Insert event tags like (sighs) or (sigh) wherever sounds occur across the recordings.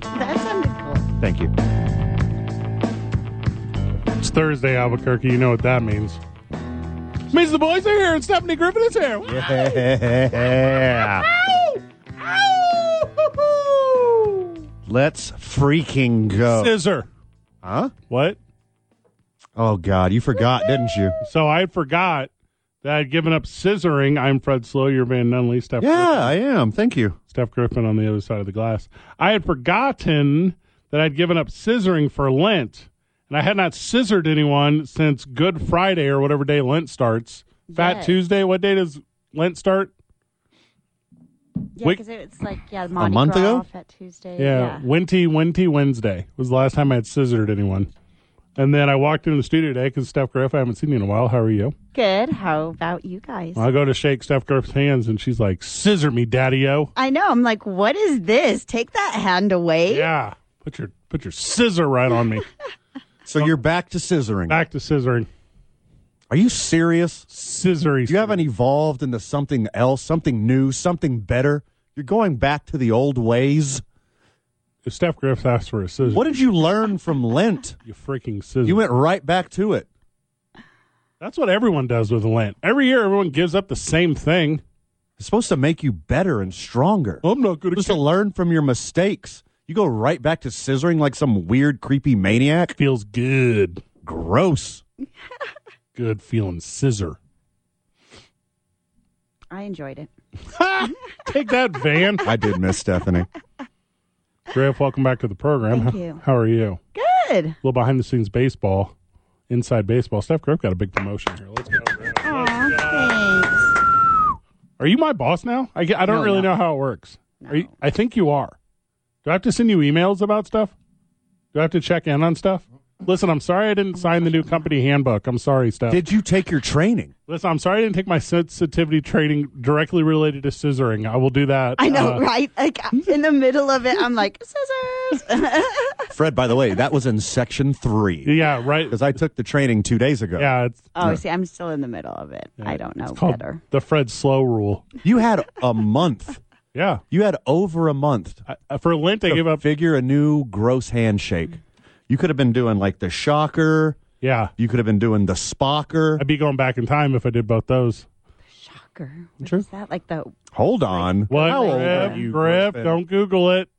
That sounded cool. Thank you. It's Thursday, Albuquerque. You know what that means. means the boys are here and Stephanie Griffin is here. (laughs) Yeah. Let's freaking go. Scissor. Oh. Huh? What? Oh, God. You forgot, didn't you? So I forgot that I'd given up scissoring. I'm Fred Slow, you're Van Nunley, Steph, Yeah, I am. Thank you. Steph Griffin on the other side of the glass. I had forgotten that I'd given up scissoring for Lent, and I had not scissored anyone since Good Friday or whatever day Lent starts. Fat Yeah. Tuesday. What day does Lent start? Yeah, Wait. because it's like yeah, Mardi month Gras ago? off at Tuesday. Yeah, Winty Winty Wednesday was the last time I had scissored anyone. And then I walked into the studio today because Steph Griff, I haven't seen you in a while. How are you? Good. How about you guys? I go to shake Steph Griff's hands and she's like, scissor me, daddy o. I know. I'm like, what is this? Take that hand away. Yeah. Put your put your scissor right on (laughs) me. So you're back to scissoring. Oh. Back to scissoring. Are you serious? Scissory. You haven't evolved into something else, something new, something better. You're going back to the old ways. If Steph Griff asked for a scissor, What did you learn from Lent? you freaking scissor. You went right back to it. That's what everyone does with Lent. Every year, everyone gives up the same thing. It's supposed to make you better and stronger. I'm not good Supposed to learn from your mistakes. You go right back to scissoring like some weird, creepy maniac. Feels good. Gross. Good (laughs) feeling scissor. I enjoyed it. Take that, Van. I did (laughs) miss Stephanie. Griff, welcome back to the program. Thank How- you. How are you? Good. little behind the scenes baseball, inside baseball. Steph Griff got a big promotion here. Let's go. Aw, thanks. Are you my boss now? I, ge- I don't No, really no. know how it works. Are you, No. I think you are. Do I have to send you emails about stuff? Do I have to check in on stuff? Listen, I'm sorry I didn't sign the new company handbook. I'm sorry, Steph. Did you take your training? Listen, I'm sorry I didn't take my sensitivity training directly related to scissoring. I will do that. I know, uh, right? Like in the middle of it, I'm like scissors. (laughs) Fred, by the way, that was in section three Yeah, right. because I took the training two days ago. Yeah, it's oh, see, I'm still in the middle of it. I don't know called better. the Fred Slow rule. You had a month. Yeah. You had over a month I, I- for Lent, I to gave up. figure a new gross handshake. You could have been doing like the shocker. Yeah. You could have been doing the spocker. I'd be going back in time if I did both those. Shocker. What is that like the Hold on. What? How old Griff, are you? Griff, Griffin? don't Google it.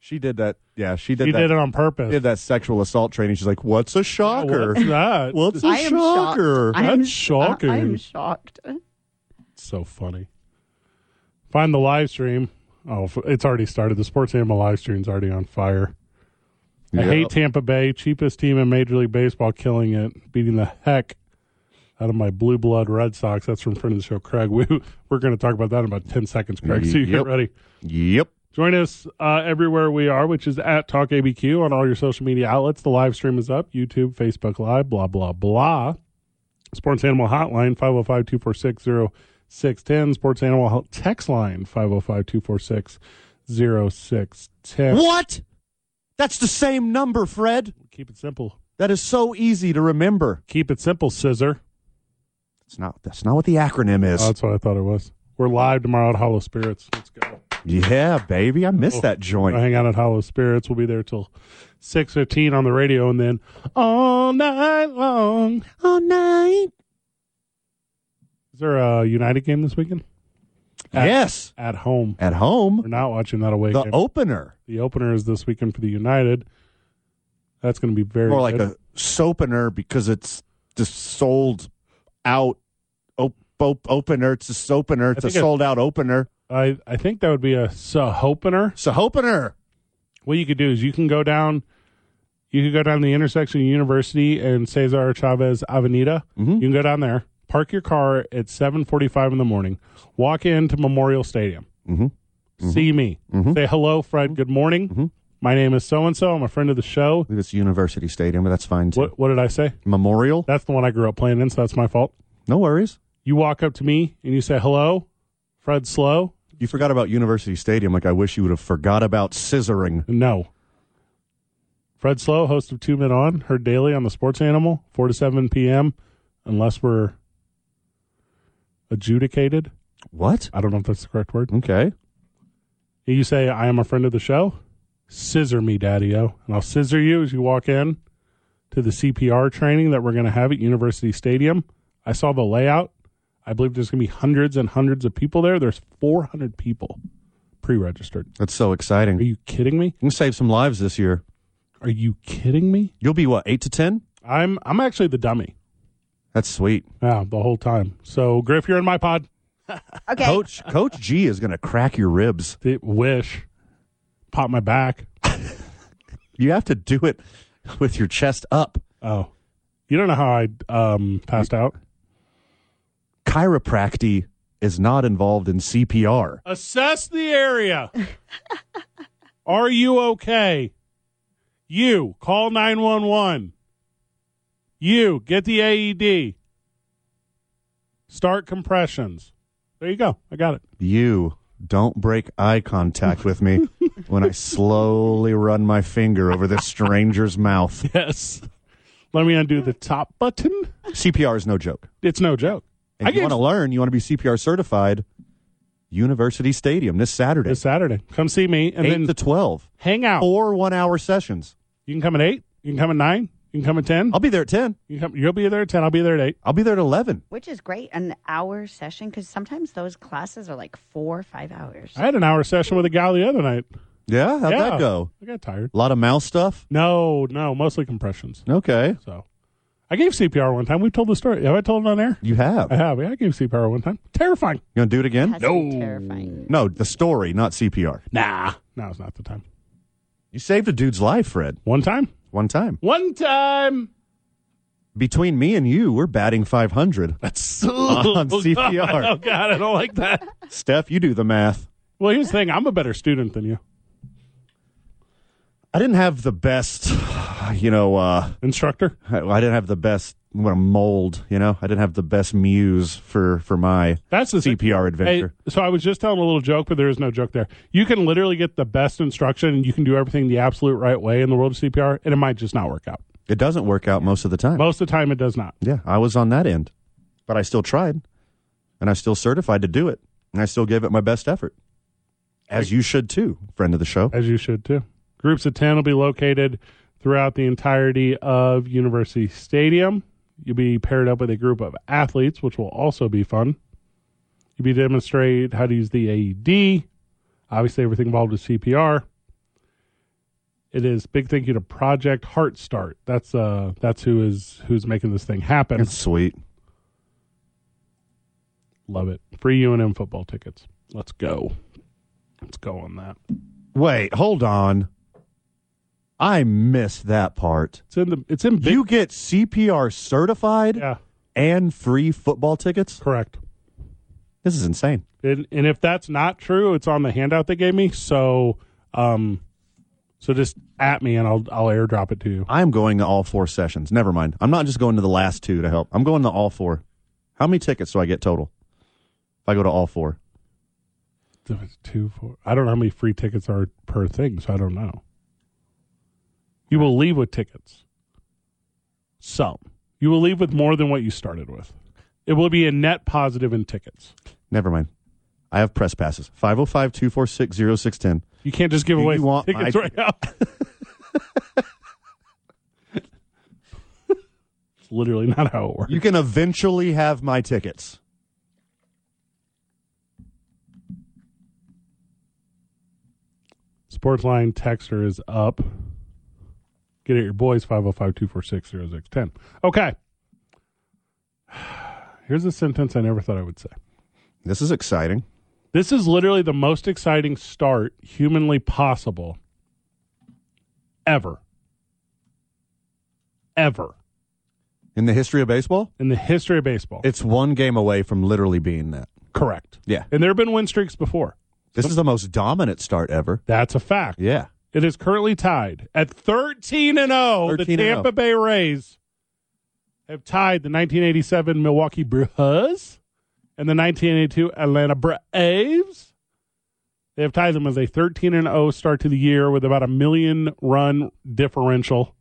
She did that. Yeah, she did She that. did it on purpose. Oh, did that sexual assault training. She's like, "What's a shocker? What's (laughs) that? What's a I am shocked. shocker?" I am That's sho- I- shocking. I'm shocked. so funny? Find the live stream. Oh, f- it's already started. The sports animal live stream's already on fire. I Yeah. hate Tampa Bay, cheapest team in Major League Baseball, killing it, beating the heck out of my blue blood Red Sox. That's from friend of the show, Craig. (laughs) We, we're going to talk about that in about 10 seconds, Craig, so you get Yep. ready. Yep. Join us uh, everywhere we are, which is at Talk ABQ on all your social media outlets. The live stream is up YouTube, Facebook Live, blah, blah, blah. Sports Animal Hotline, 505 246 0610. Sports Animal Hot- Text Line, 505 246 0610. What? That's the same number, Fred. Keep it simple. That is so easy to remember. Keep it simple, Scissor. It's not. That's not what the acronym is. Oh, that's what I thought it was. We're live tomorrow at Hollow Spirits. Let's go. yeah, baby. I missed that Go joint. hang out at Hollow Spirits. We'll be there till 6.15 on the radio and then all night long. All night. Is there a United game this weekend? At- Yes. At home. At We're home, not watching that away the game. opener, the opener is this weekend for the United. That's going to be very more like good. a soapener because it's just sold out. Op- op- opener. It's a soapener. It's a think I- sold out opener. I, I think that would be a opener. It's a hopener. What you could do is you can go down you could go down the intersection of University and Cesar Chavez Avenida. Mm-hmm. You can go down there, park your car at 7:45 in the morning, walk into Memorial Stadium. Mhm. See me. Say hello, Fred. Mm-hmm. Good morning. My name is so and so. I'm a friend of the show. believe it's University Stadium, but that's fine too. What, what did I say? Memorial? That's the one I grew up playing in, so that's my fault. no worries. You walk up to me and you say hello, Fred Slow. You forgot about University Stadium. Like I wish you would have forgot about scissoring. No. Fred Slow, host of Two Men On, heard daily on the Sports Animal, 4 to 7 p.m., unless we're adjudicated. What? I don't know if that's the correct word. Okay. You say, I am a friend of the show. Scissor me, Daddy O. And I'll scissor you as you walk in to the CPR training that we're going to have at University Stadium. I saw the layout. I believe there's going to be hundreds and hundreds of people there. There's 400 people pre registered. That's so exciting. Are You you kidding me? can save some lives this year. Are you kidding me? You'll be what, eight to ten? I'm I'm actually the dummy. That's sweet. Yeah, the whole time. So Griff, you're in my pod. Okay. Coach Coach G is gonna crack your ribs. They wish. Pop my back. You have to do it (laughs) with your chest up. Oh. You don't know how I um passed out. Chiropractic is not involved in CPR. Assess the area. Are you okay? You call 911. You get the AED. Start compressions. There you go. I got it. (laughs) You don't break eye contact with (laughs) me when I slowly run my finger over this stranger's mouth. Yes. Let me undo the top button. CPR is no joke. It's no joke. And I if you gave- want to learn, you want to be CPR certified, University Stadium this Saturday, This Saturday. Come see me and 8 then to 12, hang out. four one hour sessions. You can come at eight. You can come at nine. You can come at 10 I'll be there at 10. You can come, you'll be there at ten. I'll be there at eight. I'll be there at 11. Which is great, an hour session, because sometimes those classes are like four, five hours. I had an hour session with a gal the other night. Yeah, how'd yeah. that go? I got tired. A lot of mouth stuff? No, no, mostly compressions. Okay. So, I gave CPR one time. We've told the story. Have I told it on air? You have. I have. Yeah, I gave CPR one time. Terrifying. You going to do it again? That's no. terrifying. No, the story, not CPR. Nah, now's not the time. You saved a dude's life, Fred, One time. one time. One time. Between me and you, we're batting 500. (laughs) That's so (laughs) On CPR. Oh God, I don't like that. Steph, you do the math. Well, here's the thing. I'm a better student than you. I didn't have the best, (sighs) you know, uh, Instructor. I, I didn't have the best what a mold, you know. I didn't have the best muse for for my That's the thing. CPR Hey, adventure. so I was just telling a little joke, but there is no joke there. You can literally get the best instruction and you can do everything the absolute right way in the world of CPR, and it might just not work out. It doesn't work out most of the time. Most of the time, it does not. yeah, I was on that end, but I still tried, and I still certified to do it, and I still gave it my best effort, as you should too, friend of the show. As you should too. Groups of 10 will be located throughout the entirety of University Stadium. You'll be paired up with a group of athletes, which will also be fun. You'll be demonstrated how to use the AED. Obviously, everything involved with CPR. It is big thank you to Project Heart Start. That's uh that's who is who's making this thing happen. That's sweet. Love it. Free UNM football tickets. Let's go. Let's go on that. Wait, hold on. I missed that part. It's in the it's in big you get CPR certified yeah, and free football tickets? correct. This is insane. And, and if that's not true, it's on the handout they gave me. So, um, so just at me and I'll I'll airdrop it to you. I'm going to all four sessions. Never mind. I'm not just going to the last two to help. I'm going to all four. How many tickets do I get total? If I go to all four, Two four. I don't know how many free tickets are per thing, so I don't know. You will leave with tickets. Some. You will leave with more than what you started with. It will be a net positive in tickets. never mind. I have press passes 505 246 0610. You can't just give Do away you want tickets my- (laughs) right now. it's literally not how it works. You can eventually have my tickets. Sportsline texter is up. Get at your boys 505 246 0610. Okay. (sighs) Here's a sentence I never thought I would say. This is exciting. This is literally the most exciting start humanly possible ever. Ever In the history of baseball, in the history of baseball. it's one game away from literally being that. correct. Yeah. And there have been win streaks before. This is the most dominant start ever. That's a fact. Yeah. It is currently tied at 13 and 0. The 13 and oh. 0. Tampa Bay Rays have tied the 1987 Milwaukee Brewers and the 1982 Atlanta Braves. They have tied them as a 13 and 0 start to the year with about a million run differential.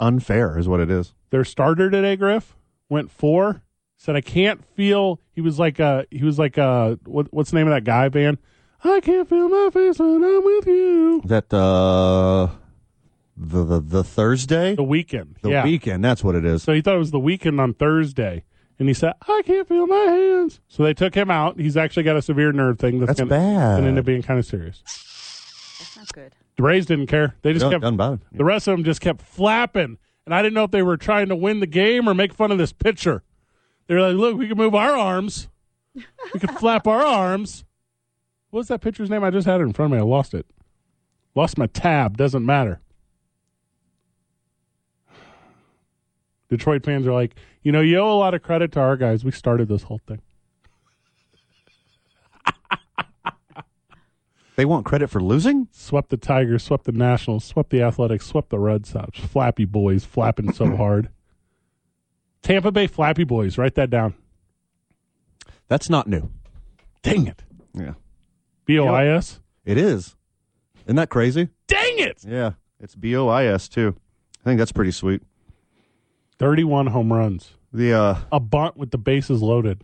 Unfair is what it is. Their starter today, Griff, went 4. Said I can't feel he was like uh he was like uh what, what's the name of that guy, Van? I can't feel my face when I'm with you. That uh, the the the Thursday, The weekend. the yeah. weekend. That's what it is. So he thought it was the weekend on Thursday. And he said, I can't feel my hands. So they took him out. He's actually got a severe nerve thing That's that's, gonna, bad. gonna end up being kind of serious. That's not good. The Rays didn't care. They just No, kept, doesn't bother me. the rest of them just kept flapping. And I didn't know if they were trying to win the game or make fun of this pitcher. They were like, look, we can move our arms. We can flap our arms. What was that pitcher's name? I just had it in front of me. I lost it. Lost my tab. Doesn't matter. Detroit fans are like, you know, you owe a lot of credit to our guys. We started this whole thing. They want credit for losing. Swept the Tigers, swept the Nationals, swept the Athletics, swept the Red Sox. Flappy Boys flapping so hard. Tampa Bay Flappy Boys. Write that down. That's not new. Dang it. Yeah, B O I S. it is. Isn't that crazy? Dang it. Yeah, it's B O I S too. I think that's pretty sweet. 31 home runs. The uh, A bunt with the bases loaded.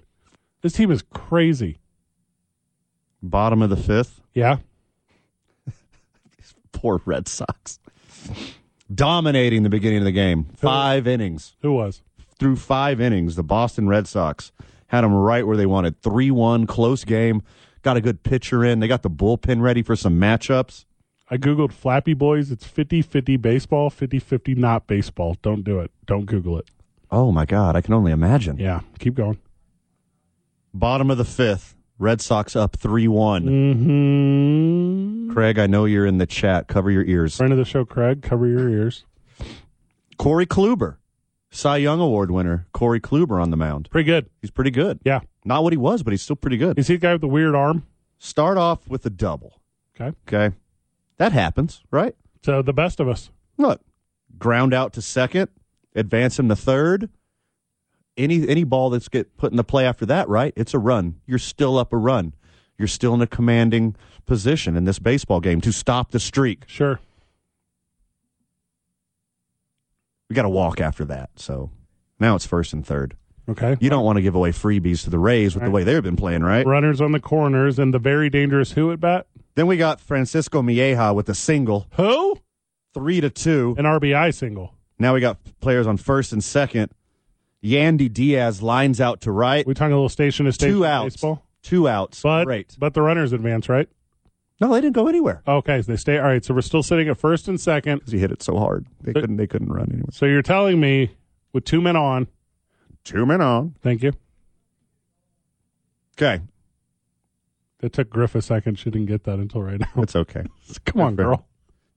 This team is crazy. bottom of the fifth. Yeah. Poor Red Sox. Dominating the beginning of the game. Five innings. Who was? Through five innings, the Boston Red Sox had them right where they wanted. 3 1, close game. Got a good pitcher in. They got the bullpen ready for some matchups. I Googled Flappy Boys. It's 50 50 baseball, 50 50 not baseball. Don't do it. Don't Google it. Oh my God, I can only imagine. Yeah. Keep going. Bottom of the fifth, Red Sox up 3 1. Mm-hmm. Craig, I know you're in the chat. Cover your ears. Friend of the show, Craig, cover your ears. Corey Kluber, Cy Young Award winner, Corey Kluber on the mound. Pretty good. He's pretty good. Yeah. Not what he was, but he's still pretty good. Is he the guy with the weird arm? Start off with a double. Okay. Okay. That happens, right? So the best of us. Look, ground out to second, advance him to third. Any any ball that's get put in the play after that, right? It's a run. You're still up a run. You're still in a commanding position in this baseball game to stop the streak. Sure. We got to walk after that. So now it's first and third. Okay. You don't want to give away freebies to the Rays with the Right. way they've been playing, right? Runners on the corners and the very dangerous who at bat? Then we got Francisco Mieja with a single, Who? three to two. An RBI single. Now we got players on first and second. Yandy Diaz lines out to right. We talking a little station to station Two outs. baseball? Two outs. But Great. but the runners advance, right? No, they didn't go anywhere Okay, so they stay all right, so we're still sitting at first and second. because he hit it so hard they couldn't. They couldn't run anywhere. So you're telling me with two men on, Two men on. thank you. Okay, It took Griff a second. She didn't get that until right now. it's okay. (laughs) Come on, girl.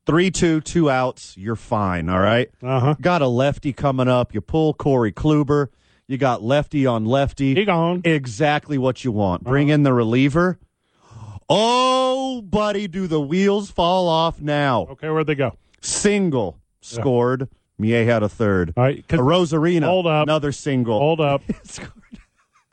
Three two, two outs. You're fine. All right. Uh huh. Got a lefty coming up. You pull Corey Kluber. You got lefty on lefty. He gone. exactly what you want. Bring in the reliever. Oh, buddy, do the wheels fall off now? Okay, where'd they go? Single scored. Mie had a third. All right, 'cause- A Rosarina, Hold up. another single. hold up.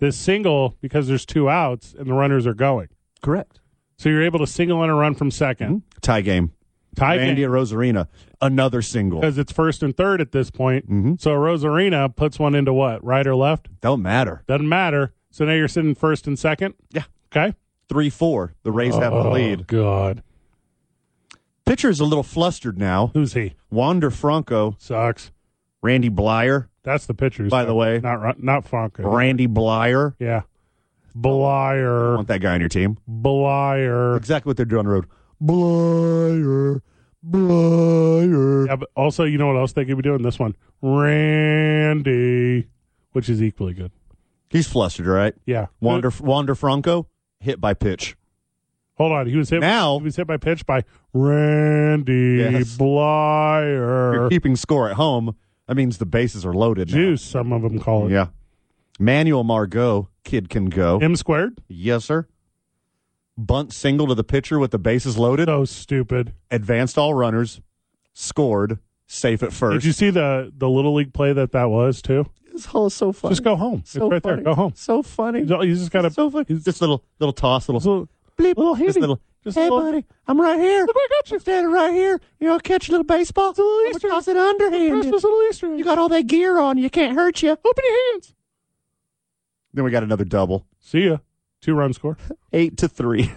this single because there's two outs and the runners are going. Correct. So you're able to single in a run from 2nd Tie game. Tie game. Mm-hmm. Randy Rosarina, another single. because it's first and third at this point. Mm-hmm. So Rosarina puts one into what, right or left? Don't matter. Doesn't matter. So now you're sitting first and second. Yeah. Okay. Oh, Three four. The Rays have Uh. the lead. God. Pitcher's a little flustered now. Who's he? Wander Franco, Sucks. Randy Blyer, That's the pitchers. By the way. not Ru- not Franco. Randy Blyer. Yeah. I Blier. want that guy on your team. Blier. Exactly what they're doing on the road. Blyer, Blyer. Yeah, but also, you know what else they could be doing? This one, Randy, which is equally good. He's flustered, all right? Yeah. Wander, Wander Franco, hit by pitch. Hold on. He was hit. Now- he was hit by pitch by Randy Yes. If (laughs) Blier. You're keeping score at home. That means the bases are loaded now. Juice, some of them call it. Yeah. Manuel Margot, kid can go. M squared. Yes, sir. bunt single to the pitcher with the bases loaded, So stupid. advanced all runners, scored, safe at Did first. you see the the little league play that that was too? It's all so funny. Just go home. So it's right funny. there. Go home. So funny. You just got to. so funny. Just little little toss, little (laughs) So, bleep, little just hitty. little. Just hey, a little- buddy, I'm right here. Look, I got you. I'm standing right here. You know, catch a little baseball. It's a little Easter Toss it underhand. Christmas little Easter. You got all that gear on. You can't hurt you. Open your hands. Then we got another double, see ya. Two run (laughs) score. eight to three.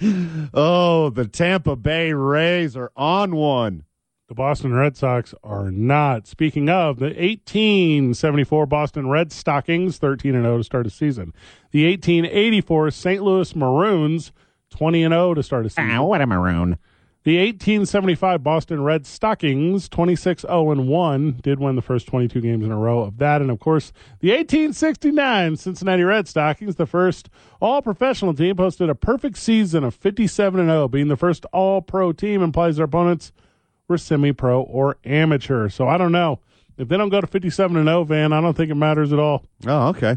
(laughs) oh, the Tampa Bay Rays are on one. The Boston Red Sox are not. Speaking of the 1874 Boston Red Stockings, 13 and 0 to start a season. The 1884 St. Louis Maroons, 20 and 0 to start a season. what a maroon. The 1875 Boston Red Stockings, 26 0 and 1, did win the first 22 games in a row of that. And of course, the 1869 Cincinnati Red Stockings, the first all professional team, posted a perfect season of 57 and 0. Being the first all pro team implies their opponents were semi pro or amateur. So I don't know. If they don't go to 57 and 0, Van, I don't think it matters at all. Oh, okay.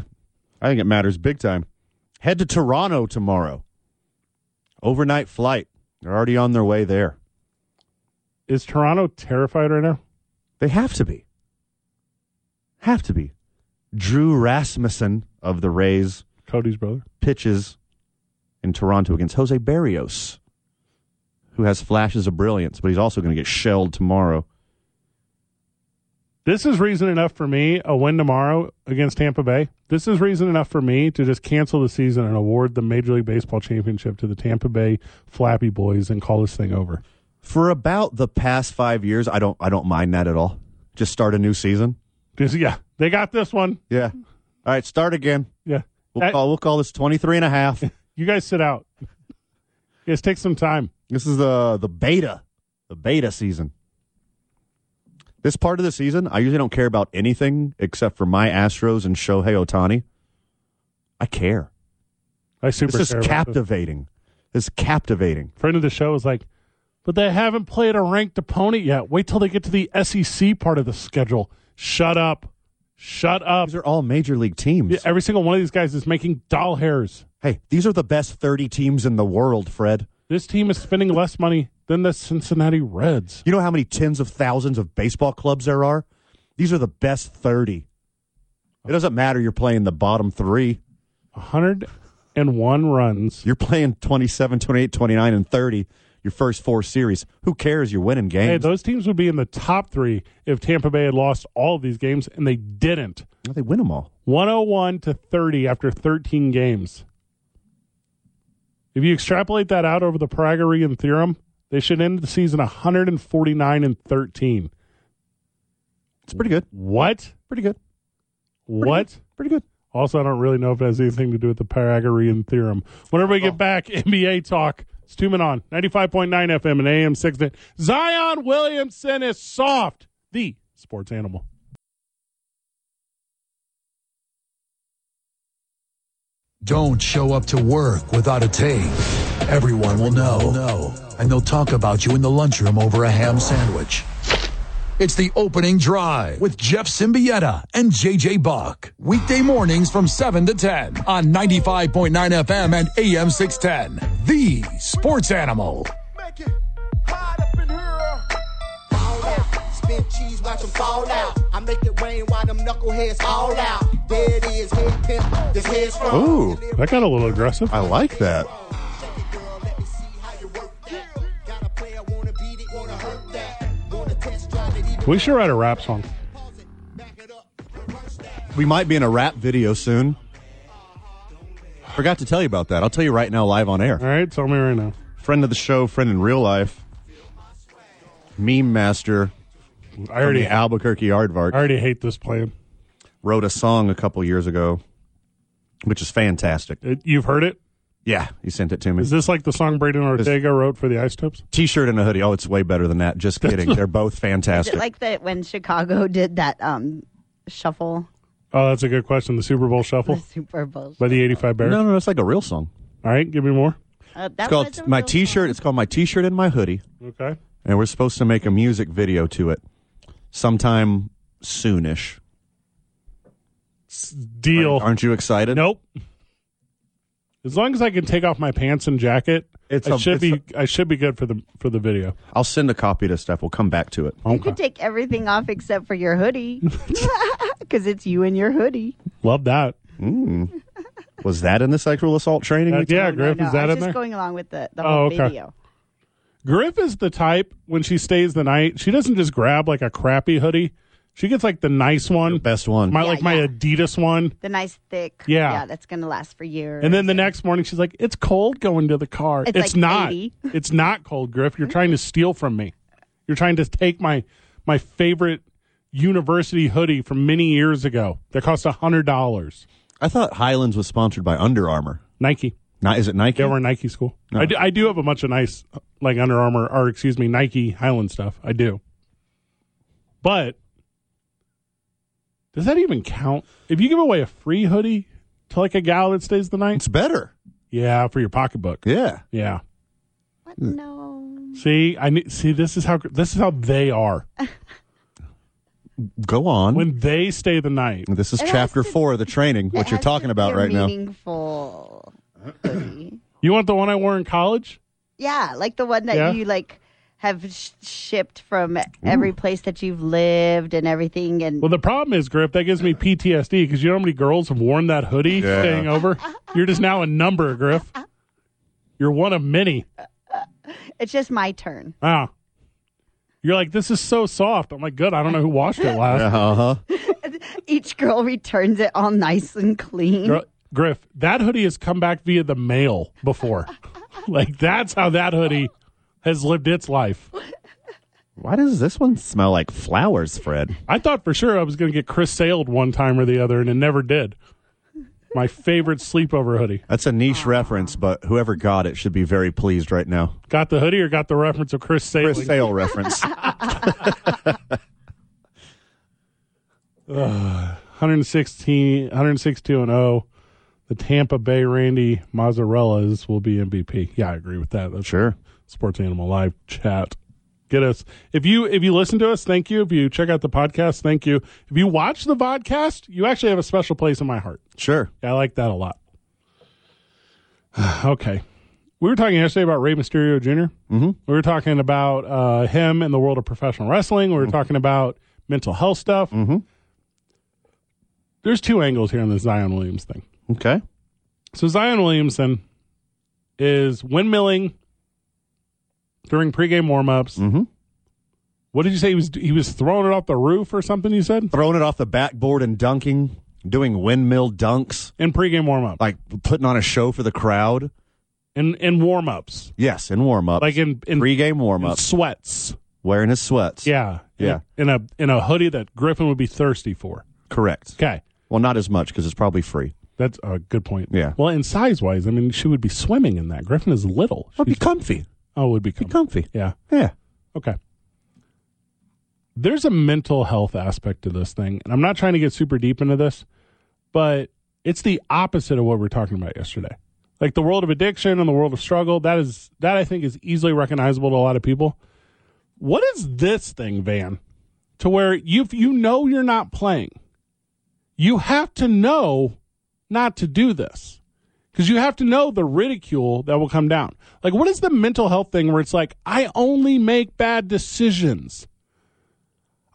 I think it matters big time. Head to Toronto tomorrow. Overnight flight. They're already on their way there. Is Toronto terrified right now? They have to be. Have to be. Drew Rasmussen of the Rays Cody's brother. pitches in Toronto against Jose Barrios, who has flashes of brilliance, but he's also going to get shelled tomorrow. This is reason enough for me a win tomorrow against Tampa Bay. This is reason enough for me to just cancel the season and award the Major League Baseball championship to the Tampa Bay Flappy Boys and call this thing over. For about the past five years, I don't I don't mind that at all. Just start a new season. Just- yeah, they got this one. Yeah. All right, start again. Yeah, We'll That- call, we'll call this 23 and a half. you guys sit out. (laughs) you guys take some time. This is the the beta, the beta season. This part of the season, I usually don't care about anything except for my Astros and Shohei Otani. I care. I super This care is about captivating. This is captivating. this. Friend of the show is like, but they haven't played a ranked opponent yet. Wait till they get to the SEC part of the schedule. Shut up. Shut up. These are all major league teams. Yeah, Every single one of these guys is making doll hairs. Hey, these are the best 30 teams in the world, Fred. This team is spending less money than the Cincinnati Reds. You know how many tens of thousands of baseball clubs there are? These are the best 30. It doesn't matter you're playing the bottom 3. 101 runs. You're playing 27, 28, 29 and 30 your first four series. Who cares? You're winning games. Hey, those teams would be in the top three if Tampa Bay had lost all of these games, and they didn't. Well, they win them all. 101 to 30 after 13 games. If you extrapolate that out over the Pythagorean theorem, they should end the season 149 and 13. It's pretty good. What? Pretty good. What? Pretty good. Also, I don't really know if it has anything to do with the Pythagorean theorem. Whenever we get back, (laughs) NBA talk. It's two men on 95.9 FM and AM 6. Zion Williamson is soft, the sports animal. Don't show up to work without a tape. Everyone will know. And they'll talk about you in the lunchroom over a ham sandwich. It's the opening drive with Jeff Symbieta and JJ Buck. Weekday mornings from 7 to 10 on 95.9 FM and AM 610. The sports animal. Make it hot up in here. fall out. Spin cheese, watch 'em fall out. I make it rain while them knuckleheads fall out. There it is, head pimp, this head's strong. Ooh, That got a little aggressive. I like that. Shake it, girl, let me see how you work that. Got a player, wanna beat it, wanna hurt that. Wanna test drive it, even We should write a rap song. pause it, back it up, reverse that. We might be in a rap video soon. Forgot to tell you about that. I'll tell you right now, live on air. All right, tell me right now. Friend of the show, friend in real life, meme master I from already, the I Albuquerque Aardvark. already hate this plan. wrote a song a couple years ago, which is fantastic. It, you've heard it. Yeah, he sent it to me. Is this like the song Braden Ortega wrote for the Ice Tips? T-shirt and a hoodie. Oh, it's way better than that. Just kidding. (laughs) They're both Is it fantastic. like that when Chicago (laughs) did that um shuffle Oh, that's a good question. The Super Bowl the Shuffle Super Bowl? by the 85 Bears. No, no, it's like a real song. All right, give me more. Uh, that It's was called a my real T-shirt. song. It's called my T-shirt and my hoodie, Okay. and we're supposed to make a music video to it sometime soonish. Deal. Aren't you excited? Nope. As long as I can take off my pants and jacket, It's I a- should it's be a- I should be good for the for the video. I'll send a copy to Steph. We'll come back to it. Okay. You could take everything off except for your (laughs) hoodie, (laughs) because it's you and your hoodie. Love that. Was that in the sexual assault training? Uh, we took? yeah, No, Griff, no, is that I was in just there? going along with the, the Oh, whole okay. video. Griff is the type when she stays the night, she doesn't just grab like a crappy hoodie. She gets like the nice one, The best one. my Yeah, like my yeah. Adidas one. The nice thick, Yeah. that's gonna last for years. And then the next morning, she's like, "It's cold going to the car. It's like (laughs) not. 80. It's not cold, Griff. You're trying to steal from me. You're trying to take my my favorite university hoodie from many years ago that cost a hundred dollars. I thought Highlands was sponsored by Under Armour. Nike. Not is it Nike? They were in Nike school. I, Oh. do, I do have a bunch of nice, like Under Armour or excuse me, Nike Highland stuff. I do. But does that even count? If you give away a free hoodie to like a gal that stays the night, it's better. yeah, for your pocketbook. Yeah. Yeah. What? No. See, I need, see. This is how this is how they are Go on. when they stay the night. this is It has chapter to- four of the training, It what you're has talking to about be a right now. (clears throat) Meaningful hoodie. You want the one I wore in college? Yeah, like the one that Yeah. you like have sh- shipped from every place that you've lived and everything. And Well, the problem is, Griff, that gives me PTSD because you know how many girls have worn that hoodie Yeah. staying over. You're just now a number, Griff. You're one of many. it's just my turn. (laughs) Ah, you're like this is so soft. I'm like, good. I don't know who washed it last. Uh huh. Each girl returns it all nice and clean. Gr- Griff, that hoodie has come back via the mail before. like that's how that hoodie has lived its life. Why does this one smell like flowers, Fred? I thought for sure I was going to get Chris Sailed one time or the other, and it never did. My favorite sleepover hoodie. That's a niche reference, but whoever got it should be very pleased right now. Got the hoodie or got the reference of Chris Sailed? Chris Sale (laughs) reference. 116, 162 and 0. The Tampa Bay Randy Mazzarellas will be MVP. Yeah, I agree with that. That's sure. Sports Animal Live chat. Get us if you if you listen to us, thank you. If you check out the podcast, thank you. If you watch the podcast, you actually have a special place in my heart. Sure. Yeah, I like that a lot. (sighs) okay. We were talking yesterday about Rey Mysterio junior Mm-hmm. We were talking about uh, him in the world of professional wrestling. We were talking about mental health stuff. Mm-hmm. There's two angles here on the Zion Williams thing. Okay. So Zion Williamson is windmilling during pregame warmups. Mhm. What did you say he was? He was throwing it off the roof or something. You said Throwing it off the backboard and dunking, doing windmill dunks, in pregame warmup, like putting on a show for the crowd. in in warmups, Yes, in warm up. like in in, pre-game warm in up, sweats. wearing his sweats. Yeah, in Yeah. a- in a in a hoodie that Griffin would be thirsty for. Correct. Okay, Well, not as much because it's probably free. that's a good point. Yeah. Well, and size wise, I mean, she would be swimming in that. Griffin is little. Well, be She's- comfy. oh, would be Be comfy. comfy. yeah. Yeah. Okay. There's a mental health aspect to this thing, and I'm not trying to get super deep into this, but it's the opposite of what we were talking about yesterday. Like the world of addiction and the world of struggle, that is that I think is easily recognizable to a lot of people. What is this thing, Van? To where you you know you're not playing. You have to know not to do this because you have to know the ridicule that will come down. Like, what is the mental health thing where it's like, I only make bad decisions?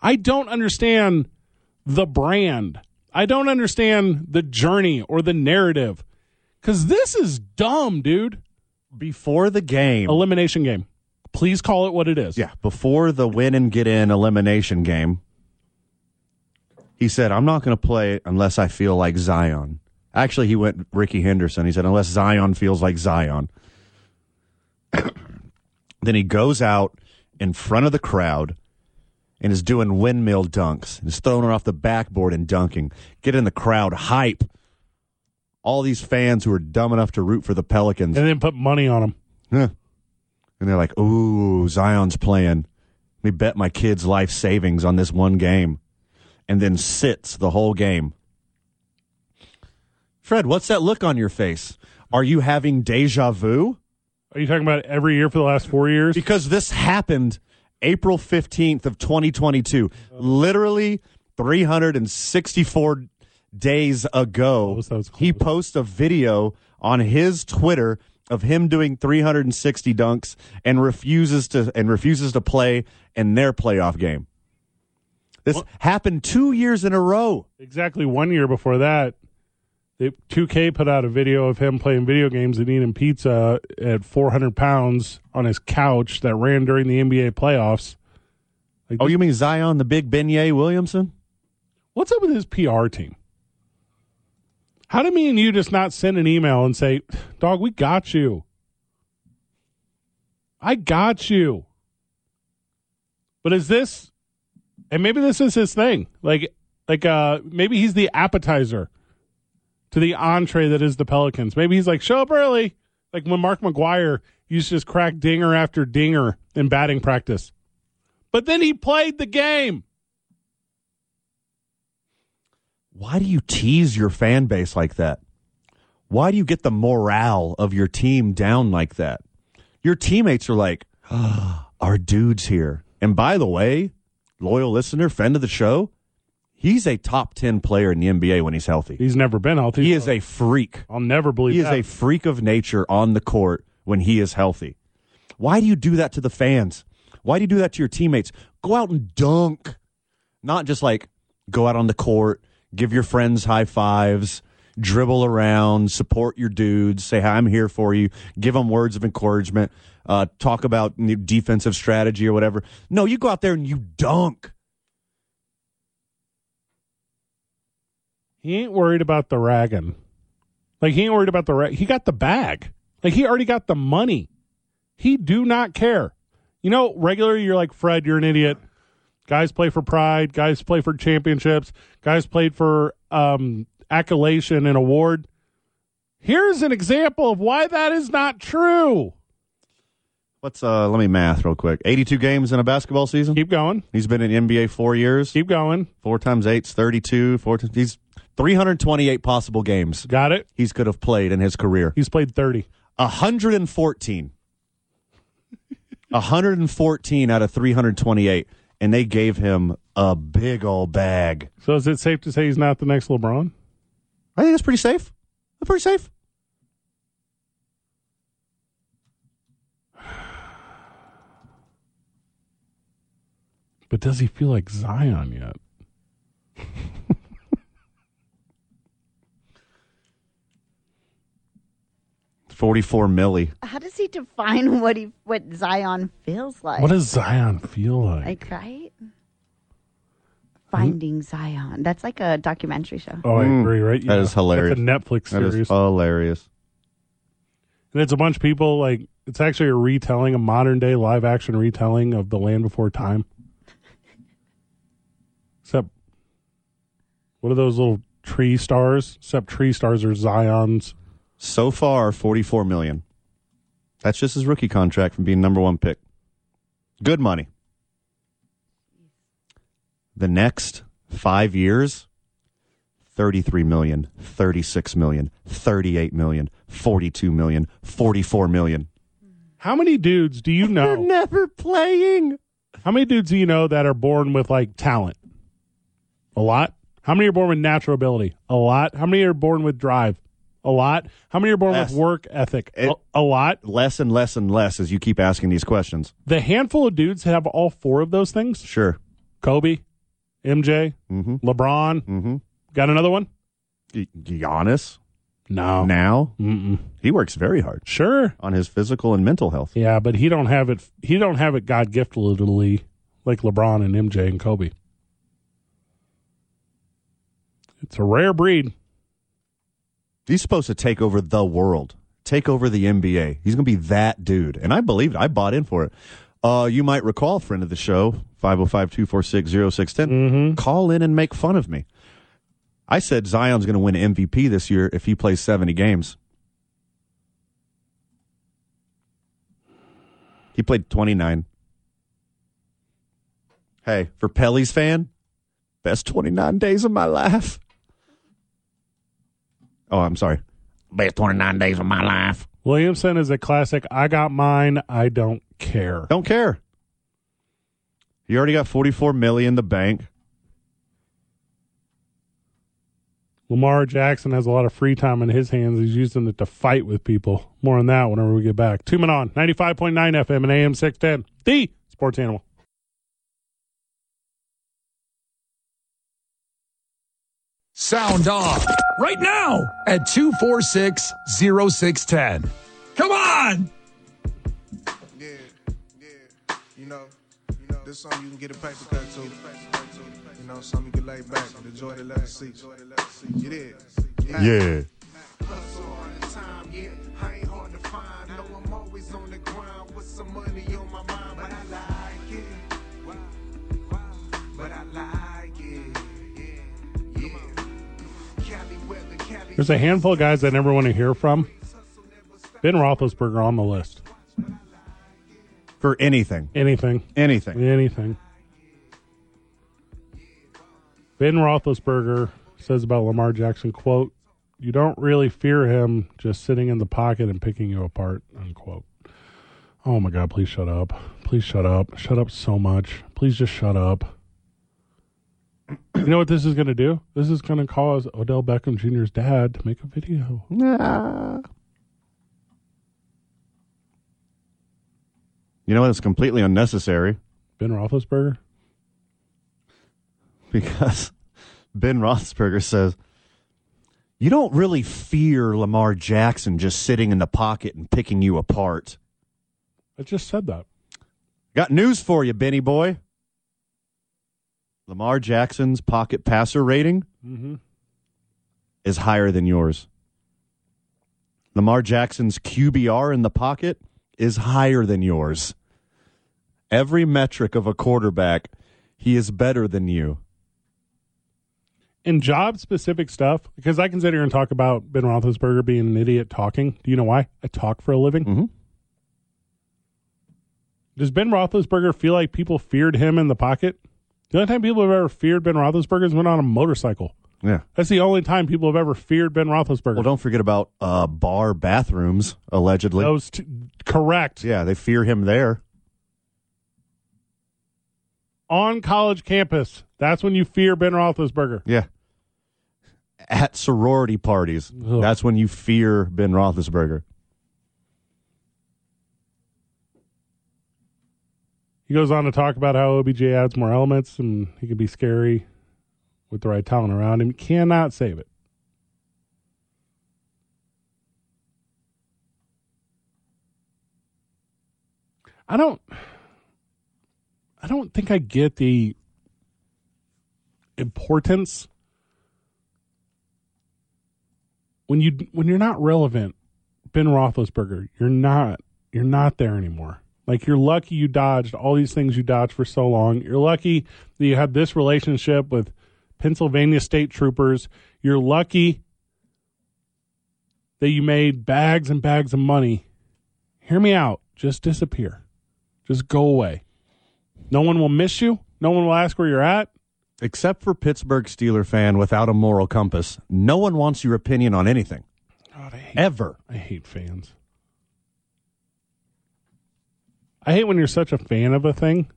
I don't understand the brand. I don't understand the journey or the narrative because this is dumb, dude. Before the game. Elimination game. Please call it what it is. yeah. Before the win and get in elimination game, he said, I'm not going to play unless I feel like Zion. Actually, he went Ricky Henderson. He said, unless Zion feels like Zion. (coughs) then he goes out in front of the crowd and is doing windmill dunks and is throwing it off the backboard and dunking, getting the crowd hype. All these fans who are dumb enough to root for the Pelicans. And then put money on them. Huh. And they're like, ooh, Zion's playing. Let me bet my kid's life savings on this one game. And then sits the whole game. Fred, what's that look on your face? Are you having deja vu? Are you talking about every year for the last four years? Because this happened April 15th of 2022, literally 364 days ago. Close, that was He close. posts a video on his Twitter of him doing 360 dunks and refuses to and refuses to play in their playoff game. This happened two years in a row. Exactly one year before that, they, 2K put out a video of him playing video games and eating pizza at 400 pounds on his couch that ran during the NBA playoffs. Like, Oh, you mean Zion the Big Beignet Williamson? what's up with his PR team? How do me and you just not send an email and say, dog, we got you? I got you. But is this, and maybe this is his thing. Like, like, uh, maybe he's the appetizer to the entree that is the Pelicans. Maybe he's like, show up early. Like when Mark McGuire used to just crack dinger after dinger in batting practice. But then he played the game. Why do you tease your fan base like that? Why do you get the morale of your team down like that? Your teammates are like, "Ah, our dude's here. And by the way, loyal listener, friend of the show, he's a top 10 player in the NBA when he's healthy. He's never been healthy. He is a freak. I'll never believe He is that. a freak of nature on the court when he is healthy. Why do you do that to the fans? Why do you do that to your teammates? Go out and dunk. Not just like go out on the court, give your friends high fives, dribble around, support your dudes, say, "Hi, I'm here for you, give them words of encouragement, uh, talk about new defensive strategy or whatever. No, you go out there and you dunk. he ain't worried about the ragging. Like he ain't worried about the rag. He got the bag. Like he already got the money. He do not care. You know, regularly you're like Fred, you're an idiot. Guys play for pride. Guys play for championships. Guys played for um, accolation and award. Here's an example of why that is not true. Let's uh, let me math real quick. 82 games in a basketball season. Keep going. He's been in NBA four years. Keep going. Four times eight's thirty-two. Four times he's three hundred twenty-eight possible games Got it. he's could have played in his career. He's played 30. hundred and fourteen. (laughs) hundred and fourteen out of three hundred twenty-eight, and they gave him a big old bag. So is it safe to say he's not the next LeBron? I think that's pretty safe. That's pretty safe. But does he feel like Zion yet? Forty-four milli. How does he define what he what Zion feels like? What Hmm? does Zion feel like? like right? Finding Zion. That's like a documentary show. Oh, I agree, right? Mm. That is hilarious. It's a Netflix That series. is hilarious. and it's a bunch of people like it's actually a retelling, a modern day live action retelling of The Land Before Time. Except what are those little tree stars? Except tree stars are Zion's. So far, forty-four million. That's just his rookie contract from being number one pick. Good money. The next five years, 33 million, 36 million, 38 million, 42 million, 44 million. How many dudes do you They're know? never playing. How many dudes do you know that are born with like talent? A lot. How many are born with natural ability? A lot. How many are born with drive? A lot. How many are born Less. with work ethic? A- It- a lot. Less and less and less as you keep asking these questions. the handful of dudes have all four of those things Sure. Kobe, MJ, Mm-hmm. LeBron. Mm-hmm. Got another one? Giannis No. now Mm-mm. he works very hard Sure. on his physical and mental health. Yeah, but he don't have it. He don't have it God giftedly like LeBron and MJ and Kobe. It's a rare breed. He's supposed to take over the world, take over the NBA. He's going to be that dude. And I believed it. I bought in for it. Uh, you might recall, friend of the show, 505 246 0610, call in and make fun of me. I said Zion's going to win MVP this year if he plays 70 games. He played 29. Hey, for Pelly's fan, best 29 days of my life. Oh, I'm sorry. Best 29 days of my life. Williamson is a classic. I got mine. I don't care. Don't care. You already got 44 million in the bank. Lamar Jackson has a lot of free time in his hands. He's using it to fight with people. More on that whenever we get back. Two men on 95.9 FM and AM 610. The Sports Animal. Sound off right now at 246 0610. Come on! Yeah, yeah. You know, you know, this song you can get a paper cut to. You know, something you can lay back and enjoy the last seat. It is. Yeah. Hustle all the time, yeah. I ain't hard to find. No, I'm always on the grind with some money on my mind, but I like it. But I like it. Yeah, yeah. Cali weather, Cali There's a handful of guys I never want to hear from. Ben Roethlisberger on the list. For anything. Anything. Anything. Anything. Ben Roethlisberger says about Lamar Jackson, quote, you don't really fear him just sitting in the pocket and picking you apart, unquote. Oh my God, please shut up. Please shut up. Shut up so much. Please just shut up. You know what this is going to do? This is going to cause Odell Beckham Jr.'s dad to make a video. You know what? It's completely unnecessary (laughs) Ben Roethlisberger? because Ben Roethlisberger says you don't really fear Lamar Jackson just sitting in the pocket and picking you apart. I just said that. Got news for you, Benny boy. Lamar Jackson's pocket passer rating Mm-hmm. is higher than yours. Lamar Jackson's QBR in the pocket is higher than yours. Every metric of a quarterback, he is better than you. in job specific stuff, because I can sit here and talk about Ben Roethlisberger being an idiot talking. Do you know why? I talk for a living. Mhm. Does Ben Roethlisberger feel like people feared him in the pocket? The only time people have ever feared Ben Roethlisberger is when on a motorcycle. Yeah. That's the only time people have ever feared Ben Roethlisberger. Well, don't forget about uh, bar bathrooms, allegedly. Those t- correct. Yeah, they fear him there. On college campus, that's when you fear Ben Roethlisberger. Yeah. At sorority parties, Ugh. that's when you fear Ben Roethlisberger. He goes on to talk about how OBJ adds more elements and he can be scary with the right talent around him. He cannot save it. I don't I don't think I get the importance when you when you're not relevant, Ben Roethlisberger, you're not you're not there anymore. Like you're lucky you dodged all these things you dodged for so long. You're lucky that you had this relationship with Pennsylvania state troopers. You're lucky that you made bags and bags of money. Hear me out. Just disappear. Just go away. No one will miss you. No one will ask where you're at. Except for Pittsburgh Steeler fan without a moral compass, no one wants your opinion on anything, God, I hate ever. I hate fans. I hate when you're such a fan of a thing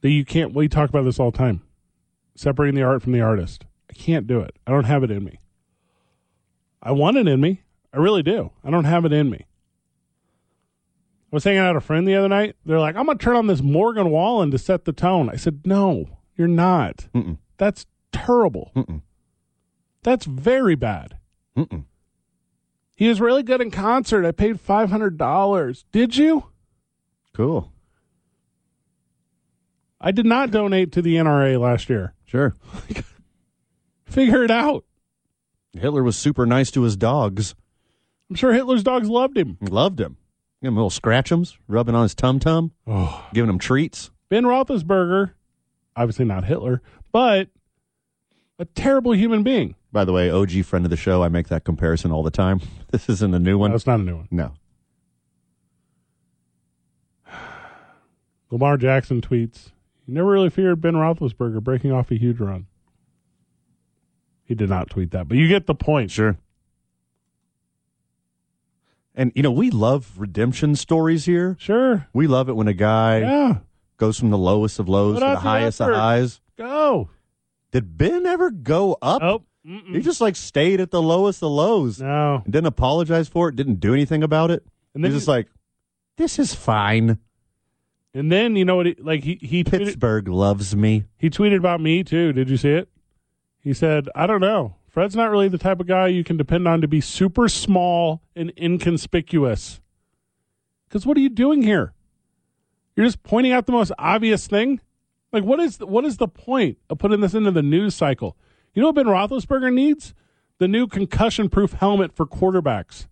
that you can't. We talk about this all the time separating the art from the artist. I can't do it. I don't have it in me. I want it in me. I really do. I don't have it in me. I was hanging out with a friend the other night. They're like, I'm going to turn on this Morgan Wallen to set the tone. I said, No, you're not. Mm-mm. That's terrible. Mm-mm. That's very bad. Mm-mm. He was really good in concert. I paid five hundred dollars. Did you? Cool. I did not donate to the NRA last year. Sure. Figure it out. Hitler was super nice to his dogs. I'm sure Hitler's dogs loved him. He Loved him. Give him little scratchums, rubbing on his tum tum, Oh. giving him treats. Ben Roethlisberger, obviously not Hitler, but a terrible human being. By the way, OG friend of the show, I make that comparison all the time. (laughs) This isn't a new one. That's not a new one. No. Lamar Jackson tweets, "You never really feared Ben Roethlisberger breaking off a huge run." He did not tweet that, but you get the point. Sure. And, you know, we love redemption stories here. Sure. We love it when a guy Yeah. goes from the lowest of lows Put to out the the highest of effort. highs. Go. Did Ben ever go up? Oh, He just like stayed at the lowest of lows. No. and didn't apologize for it, didn't do anything about it. And And then then he's just you- like, this is fine. And then you know what? He, like he he tweeted, Pittsburgh loves me. he tweeted about me too. Did you see it? He said, "I don't know. Fred's not really the type of guy you can depend on to be super small and inconspicuous. Because what are you doing here? You're just pointing out the most obvious thing. Like what is what is the point of putting this into the news cycle? You know what Ben Roethlisberger needs? The new concussion-proof helmet for quarterbacks.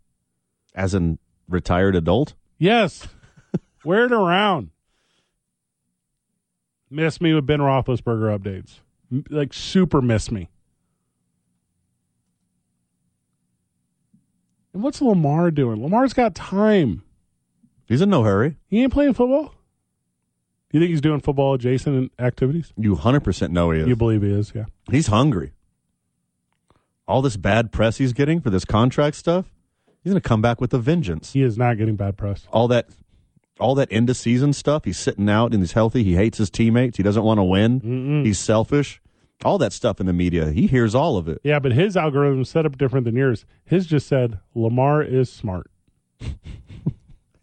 As an retired adult, Yes. Wear it around. Miss me with Ben Roethlisberger updates. M- Like, super miss me. And what's Lamar doing? Lamar's got time. he's in no hurry. He ain't playing football. Do you think he's doing football adjacent activities? You 100% know he is. You believe he is, yeah. he's hungry. All this bad press he's getting for this contract stuff, he's going to come back with a vengeance. He is not getting bad press. All that. All that end of season stuff, he's sitting out and he's healthy. He hates his teammates. He doesn't want to win. He's selfish. All that stuff in the media, he hears all of it. Yeah, but his algorithm's set up different than yours. His just said Lamar is smart.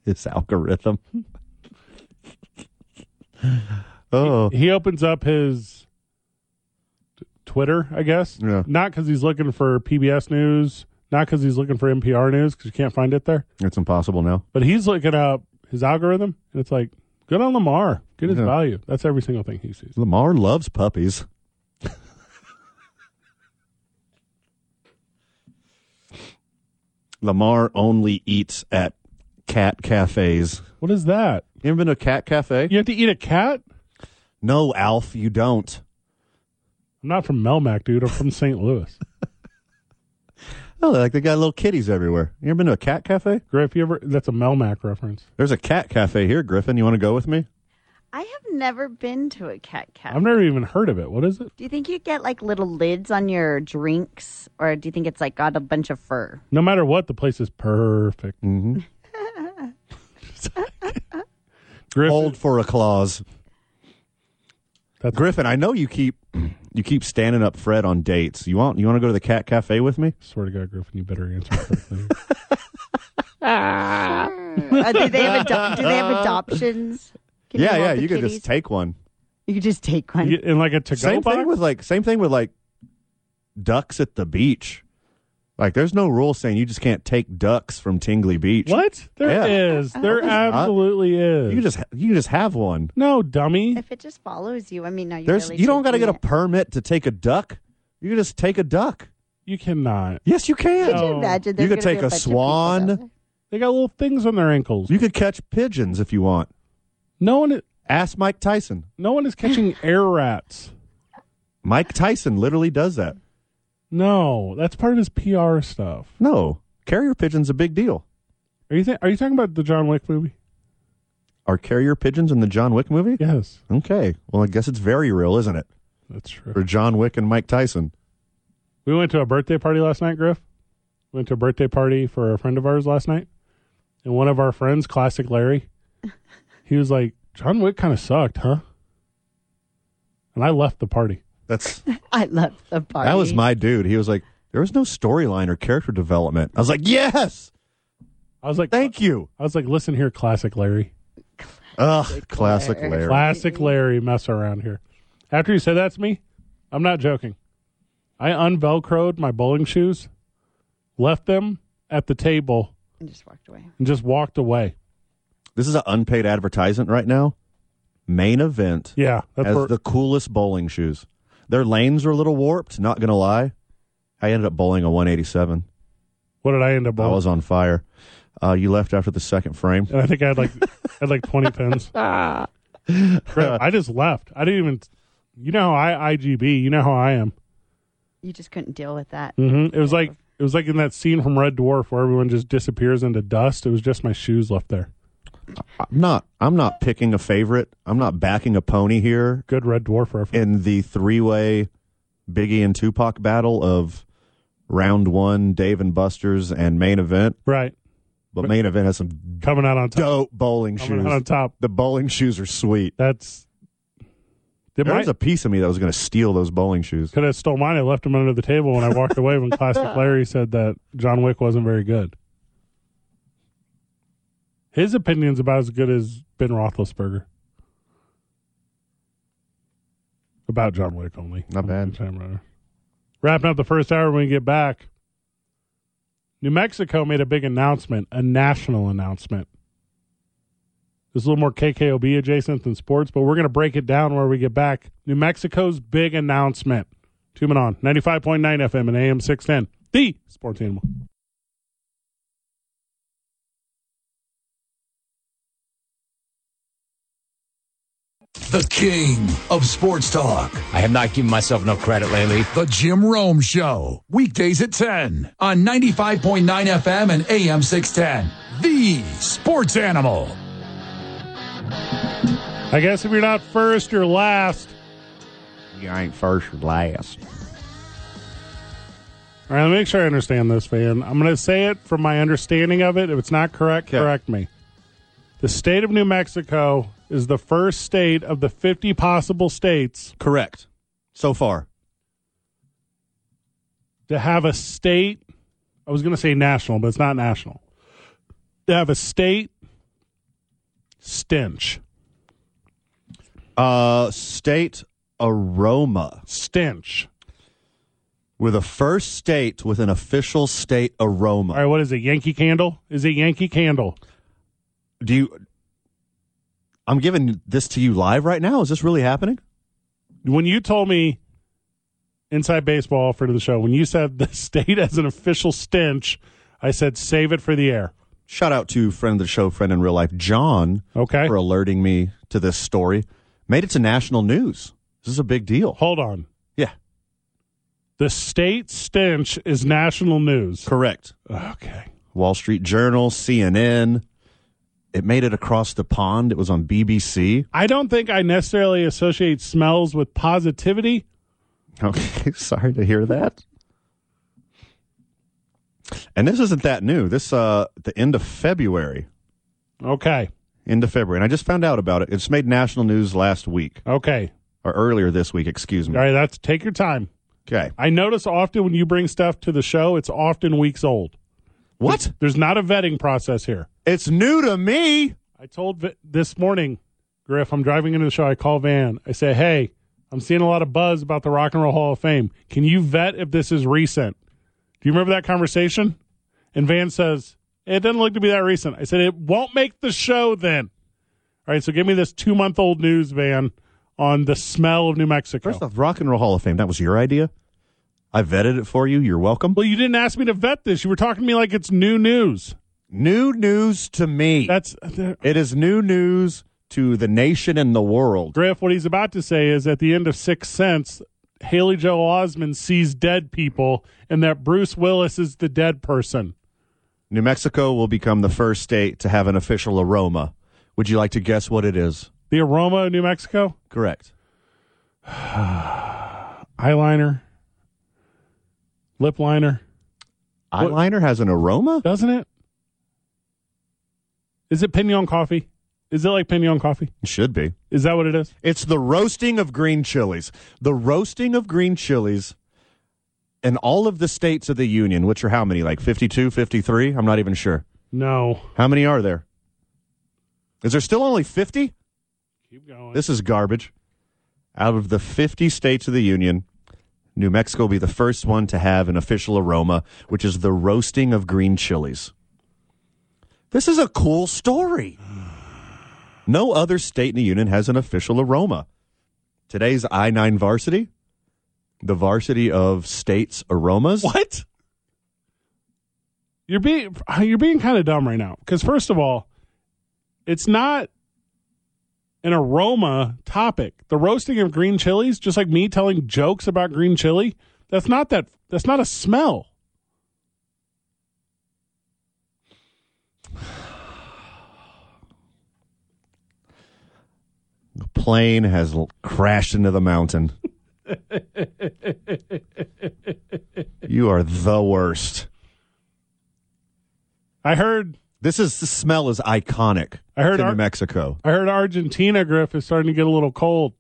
His algorithm. (laughs) oh, he opens up his t- Twitter, I guess. Yeah. Not because he's looking for PBS news, not because he's looking for NPR news, because you can't find it there. it's impossible now. But he's looking up his algorithm, and it's like, good on Lamar. Good as Yeah. value. That's every single thing he sees. Lamar loves puppies. (laughs) Lamar only eats at cat cafes. What is that? You ever been to a cat cafe? You have to eat a cat? No, Alf, you don't. I'm not from Melmac, dude. I'm from St. Louis. (laughs) Oh, like they got little kitties everywhere. You ever been to a cat cafe? Griff, you ever? That's a Melmac reference. There's a cat cafe here, Griffin. You want to go with me? I have never been to a cat cafe. I've never even heard of it. What is it? do you think you get like little lids on your drinks, or do you think it's like got a bunch of fur? No matter what, the place is perfect. Mm-hmm. (laughs) Griff, Old for a clause. That's- Griffin, I know you keep you keep standing up Fred on dates. You want you want to go to the cat cafe with me? swear to God, Griffin, you better answer correctly. Uh, do they have ado- do they have adoptions? Can yeah, want yeah. the You could kitties? just take one. you could just take one. (laughs) You- in like a to-go same box? thing with like same thing with like ducks at the beach. Like there's no rule saying you just can't take ducks from Tingley Beach. What? There Yeah. Oh. is. (laughs) There not. absolutely is. You can just ha- you can just have one. no dummy. If it just follows you, I mean, no, you There's really you don't got to taking get a (laughs) it. permit to take a duck. You can just take a duck. You cannot. Yes, you can. Could you No. imagine? You There's could gonna be take a a bunch of people swan. down there. They got little things on their ankles. You could catch pigeons if you want. no one. Ask Mike Tyson. No one (laughs) is catching air rats. Mike Tyson literally does that. No, that's part of his PR stuff. No, carrier pigeons a big deal. Are you th- Are you talking about the John Wick movie? Are carrier pigeons in the John Wick movie? Yes, Okay. Well, I guess it's very real, isn't it? that's For true. John Wick and Mike Tyson. We went to a birthday party last night, Griff. Went to a birthday party for a friend of ours last night, and one of our friends, (laughs) classic Larry, he was like, "John Wick kind of sucked, huh?" And I left the party. That's (laughs) I love the party. That was my dude. He was like, there was no storyline or character development. I was like, yes, I was like, thank you. I was like, listen here, classic Larry. Ugh, classic Larry. Larry. Classic Larry mess around here. After you said that's me, I'm not joking. I unvelcroed my bowling shoes, left them at the table, And just walked away. and just walked away. This is an unpaid advertisement right now. Main event Yeah, that's as where, the coolest bowling shoes. Their lanes are a little warped. Not gonna lie, I ended up bowling a 187. what did I end I up bowling? was on fire. Uh, you left after the second frame. and I think I had like I had like 20 pins. Crap, I just left. I didn't even. You know how I IGB. You know how I am. You just couldn't deal with that. Mm. hmm It was like it was like in that scene from Red Dwarf where everyone just disappears into dust. It was just my shoes left there. I'm not. I'm not picking a favorite. I'm not backing a pony here. Good Red Dwarf reference. in the three way Biggie and Tupac battle of round one, Dave and Buster's and main event. Right, But main event has some coming out on top. dope bowling Coming out on shoes. top. The bowling shoes are sweet. That's Did There my- was a piece of me that was going to steal those bowling shoes. Could have stole mine. I left them under the table when I walked away when Plastic Larry said that John Wick wasn't very good. His opinion's about as good as Ben Roethlisberger. About John Wick only. Not bad. Time runner. Wrapping up the first hour when we get back. New Mexico made a big announcement, a national announcement. It's a little more KKOB adjacent than sports, but we're going to break it down where we get back. New Mexico's big announcement. Tune in on 95.9 FM and AM 610. The Sports Animal. The king of sports talk. I have not given myself enough credit lately. The Jim Rome Show. Weekdays at 10 on 95.9 FM and AM 610. The sports animal. I guess if you're not first, you're last. You ain't first or last. All right, let me make sure I understand this, Van. I'm going to say it from my understanding of it. If it's not correct, Okay. correct me. The state of New Mexico is the first state of the 50 possible states Correct. So far. to have a state. I was going to say national, but it's not national. To have a state stench, Uh, state aroma. stench. We're the first state with an official state aroma. All right, what is it? Yankee Candle? Is it Yankee Candle? Do you? I'm giving this to you live right now. Is this really happening? When you told me inside baseball for the show, when you said the (laughs) state has an official stench, I said save it for the air. Shout out to friend of the show, friend in real life, John, Okay, for alerting me to this story. Made it to national news. This is a big deal. hold on. Yeah, The state stench is national news. correct. Okay. Wall Street Journal, CNN. It made it across the pond. It was on BBC. I don't think I necessarily associate smells with positivity. Okay, (laughs) sorry to hear that. And this isn't that new. This uh the end of February. Okay. End of February. And I just found out about it. It's made national news last week. Okay. Or earlier this week, excuse All me. right, that's take your time. Okay. I notice often when you bring stuff to the show, it's often weeks old. What? There's not a vetting process here. It's new to me. I told v- this morning, Griff, I'm driving into the show. I call Van. I say, hey, I'm seeing a lot of buzz about the Rock and Roll Hall of Fame. Can you vet if this is recent? Do you remember that conversation? And Van says, it doesn't look to be that recent. I said, it won't make the show then. All right, so give me this two month old news, Van, on the smell of New Mexico. First off, Rock and Roll Hall of Fame. That was your idea. I vetted it for you. You're welcome. well, you didn't ask me to vet this. You were talking to me like it's new news. New news to me. That's it is new news to the nation and the world. Griff, what he's about to say is at the end of Sixth Sense, Haley Joel Osmond sees dead people and that Bruce Willis is the dead person. New Mexico will become the first state to have an official aroma. Would you like to guess what it is? The aroma of New Mexico? Correct. Eyeliner. Lip liner. Eyeliner has an aroma? Doesn't it? Is it Pinion coffee? Is it like Pinion coffee? It should be. Is that what it is? It's the roasting of green chilies. The roasting of green chilies in all of the states of the union, which are how many? Like 52, 53? I'm not even sure. No. How many are there? Is there still only 50? Keep going. This is garbage. Out of the 50 states of the union, New Mexico will be the first one to have an official aroma, which is the roasting of green chilies. This is a cool story. (sighs) No other state in the union has an official aroma. Today's I 9 varsity, the varsity of states' (laughs) aromas. What? You're being you're being kind of dumb right now. Because first of all, it's not an aroma topic. The roasting of green chilies, just like me telling jokes about green chili, that's not that that's not a smell. The plane has l- crashed into the (laughs) mountain. you are the worst. I heard This is the smell is iconic. I heard to our- New Mexico. I heard Argentina Griff is starting to get a little cold.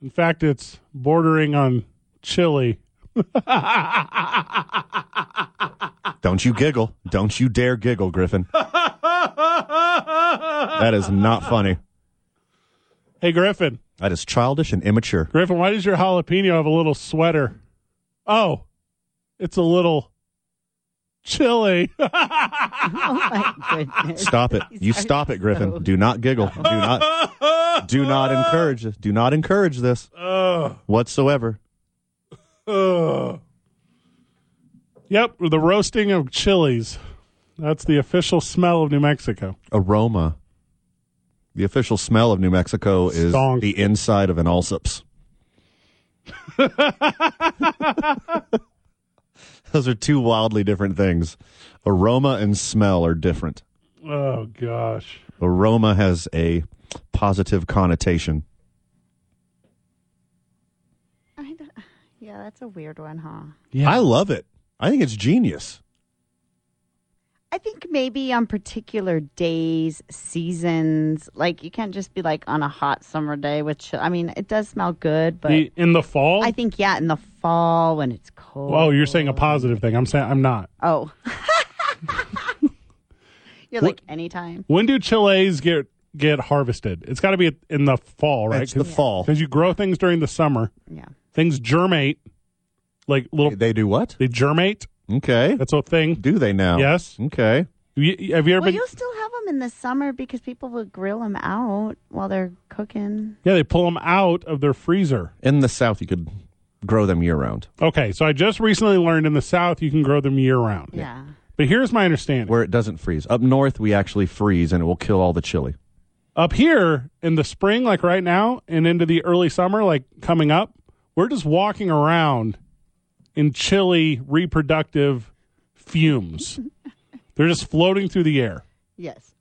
In fact, it's bordering on chili. Don't you giggle. Don't you dare giggle, Griffin. that is (laughs) not funny. Hey, Griffin. That is childish and immature. Griffin, why does your jalapeno have a little sweater? Oh, it's a little chilly. My goodness. Stop it. You stop it, Griffin. Do not giggle. Do not do not encourage this. Do not encourage this whatsoever. Ugh. (laughs) Yep, the roasting of chilies. That's the official smell of New Mexico. Aroma. The official smell of New Mexico is Stonk. the inside of an Allsops. (laughs) Those are two wildly different things. Aroma and smell are different. Oh gosh. Aroma has a positive connotation. I don't- (sighs) yeah, that's a weird one, huh? I love it. I think it's genius. I think maybe on particular days, seasons, like you can't just be like on a hot summer day with chill. I mean, it does smell good, but The- in the fall? I think yeah, in the fall when it's cold. oh, you're saying a positive thing. I'm saying I'm not. Oh. (laughs) You're like anytime. When do chiles get get harvested? It's got to be in the fall, right? It's the fall. Because you grow things during the summer. Yeah. Things germate, like little. They do what? They germate. Okay. That's a thing. Do they now? Yes. Okay. You- you- have you ever Well, been? you'll still have them in the summer because people will grill them out while they're cooking. Yeah, they pull them out of their freezer. In the South, you could grow them year round. Okay, so I just recently learned in the South you can grow them year round. Yeah. But here's my understanding. where it doesn't freeze. Up north, we actually freeze and it will kill all the chili. up here in the spring, like right now, and into the early summer, like coming up, we're just walking around in chilly reproductive fumes. They're just floating through the air. Yes.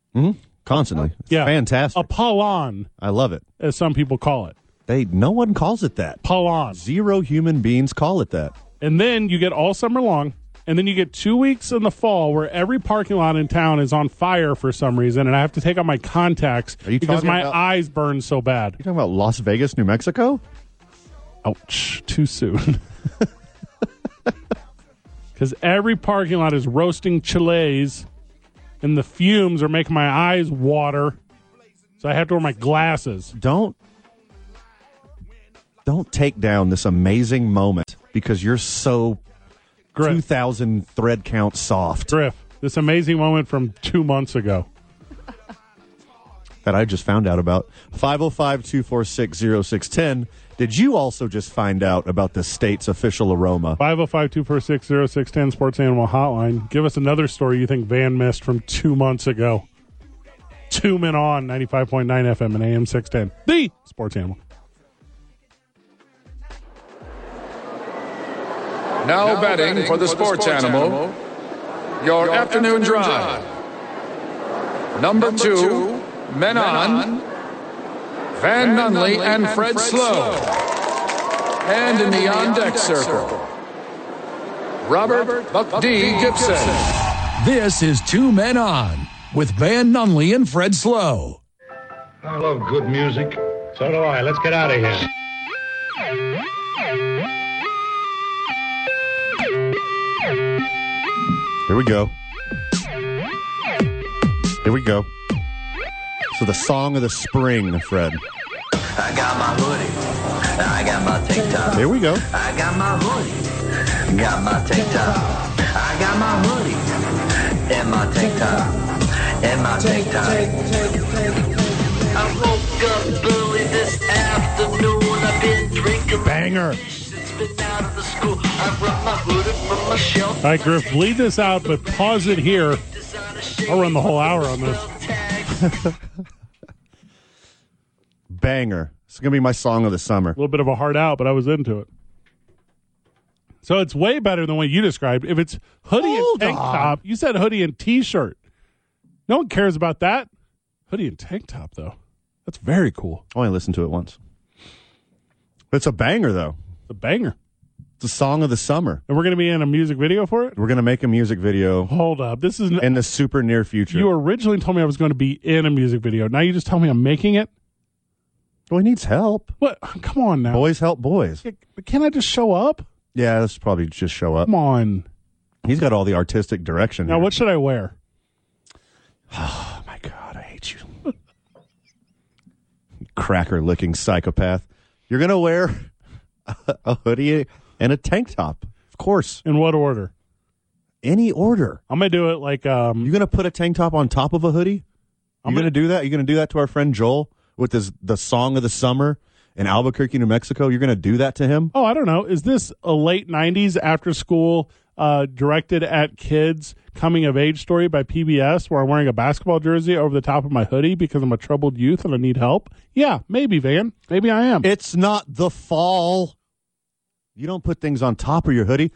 Constantly. It's Yeah. Fantastic. A pollen, I love it. as some people call it. They no one calls it that. Pollen. Zero human beings call it that. And then you get all summer long, and then you get two weeks in the fall where every parking lot in town is on fire for some reason, and I have to take out my contacts Are you because talking my about- eyes burn so bad. You talking about Las Vegas, New Mexico? Ouch, too soon. (laughs) Because every parking lot is roasting chiles, and the fumes are making my eyes water. So I have to wear my glasses. Don't don't take down this amazing moment because you're so two Griff, thousand thread count soft Griff, this amazing moment from two months ago. that I just found out about. 505-246-0610. Did you also just find out about the state's official aroma? 505 246 0610 Sports Animal Hotline. Give us another story you think Van missed from two months ago. Two men on 95.9 FM and AM 610. The Sports Animal. Now, betting, for the sports, animal, your, afternoon, drive. Number, two, men, on, Van, Nunley and, Fred, Slow. And, in the on deck circle, Robert Buck D. Gibson. This is Two Men On with Van Nunley and Fred Slow. I love good music. So do I. Let's get out of here. Here we go. Here we go. So the song of the spring, Fred. I got my hoodie. I got my tank top. Here we go. I got my hoodie. Got my tank top. I got my hoodie. And my tank top. And my tank top. I woke up early this afternoon. I've been drinking. Banger. It's been out of the school. I brought my hoodie from my shelf. All right, Griff, bleed this out, but pause it here. I'll run the whole hour on this. this. Banger. It's going to be my song of the summer. A little bit of a hard out, but I was into it. So it's way better than what you described. If it's hoodie Hold and tank on. top, you said hoodie and t-shirt. No one cares about that. Hoodie and tank top, though. That's very cool. Oh, I only listened to it once. It's a banger, though. It's a banger. It's a song of the summer. And we're going to be in a music video for it? We're going to make a music video Hold up. This is in the super near future. you originally told me I was going to be in a music video. Now you just tell me I'm making it? Well, he needs help. What? Come on now. Boys help boys. Can I just show up? Yeah, this probably just show up. Come on. He's got all the artistic direction. Now, here. what should I wear? Oh my god, I hate you. (laughs) Cracker licking psychopath. You're gonna wear (laughs) a, a hoodie and a tank top, of course. In what order? Any order. I'm gonna do it like um. You gonna put a tank top on top of a hoodie? I'm I'm gonna, gonna- do that. You're gonna do that to our friend Joel with his the song of the summer in Albuquerque, New Mexico. You're gonna do that to him? oh, I don't know. Is this a late '90s after school uh, directed at kids coming of age story by PBS, where I'm wearing a basketball jersey over the top of my hoodie because I'm a troubled youth and I need help? Yeah, maybe Van. Maybe I am. It's not the fall. You don't put things on top of your hoodie.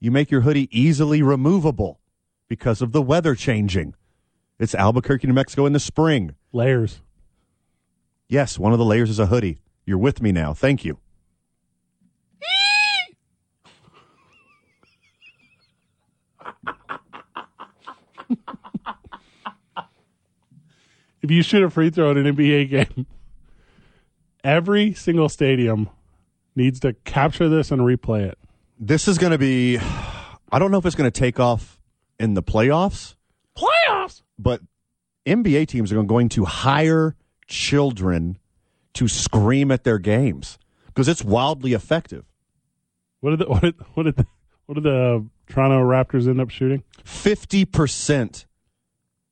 You make your hoodie easily removable because of the weather changing. It's Albuquerque, New Mexico in the spring. Layers. Yes, one of the layers is a hoodie. You're with me now. Thank you. If you shoot a free throw in an NBA game, every single stadium needs to capture this and replay it. This is going to be, (sighs) I don't know if it's going to take off in the playoffs, Playoffs. but NBA teams are going to hire children to scream at their games because it's wildly effective. What did the what did what did the, what did the Toronto Raptors end up shooting? 50%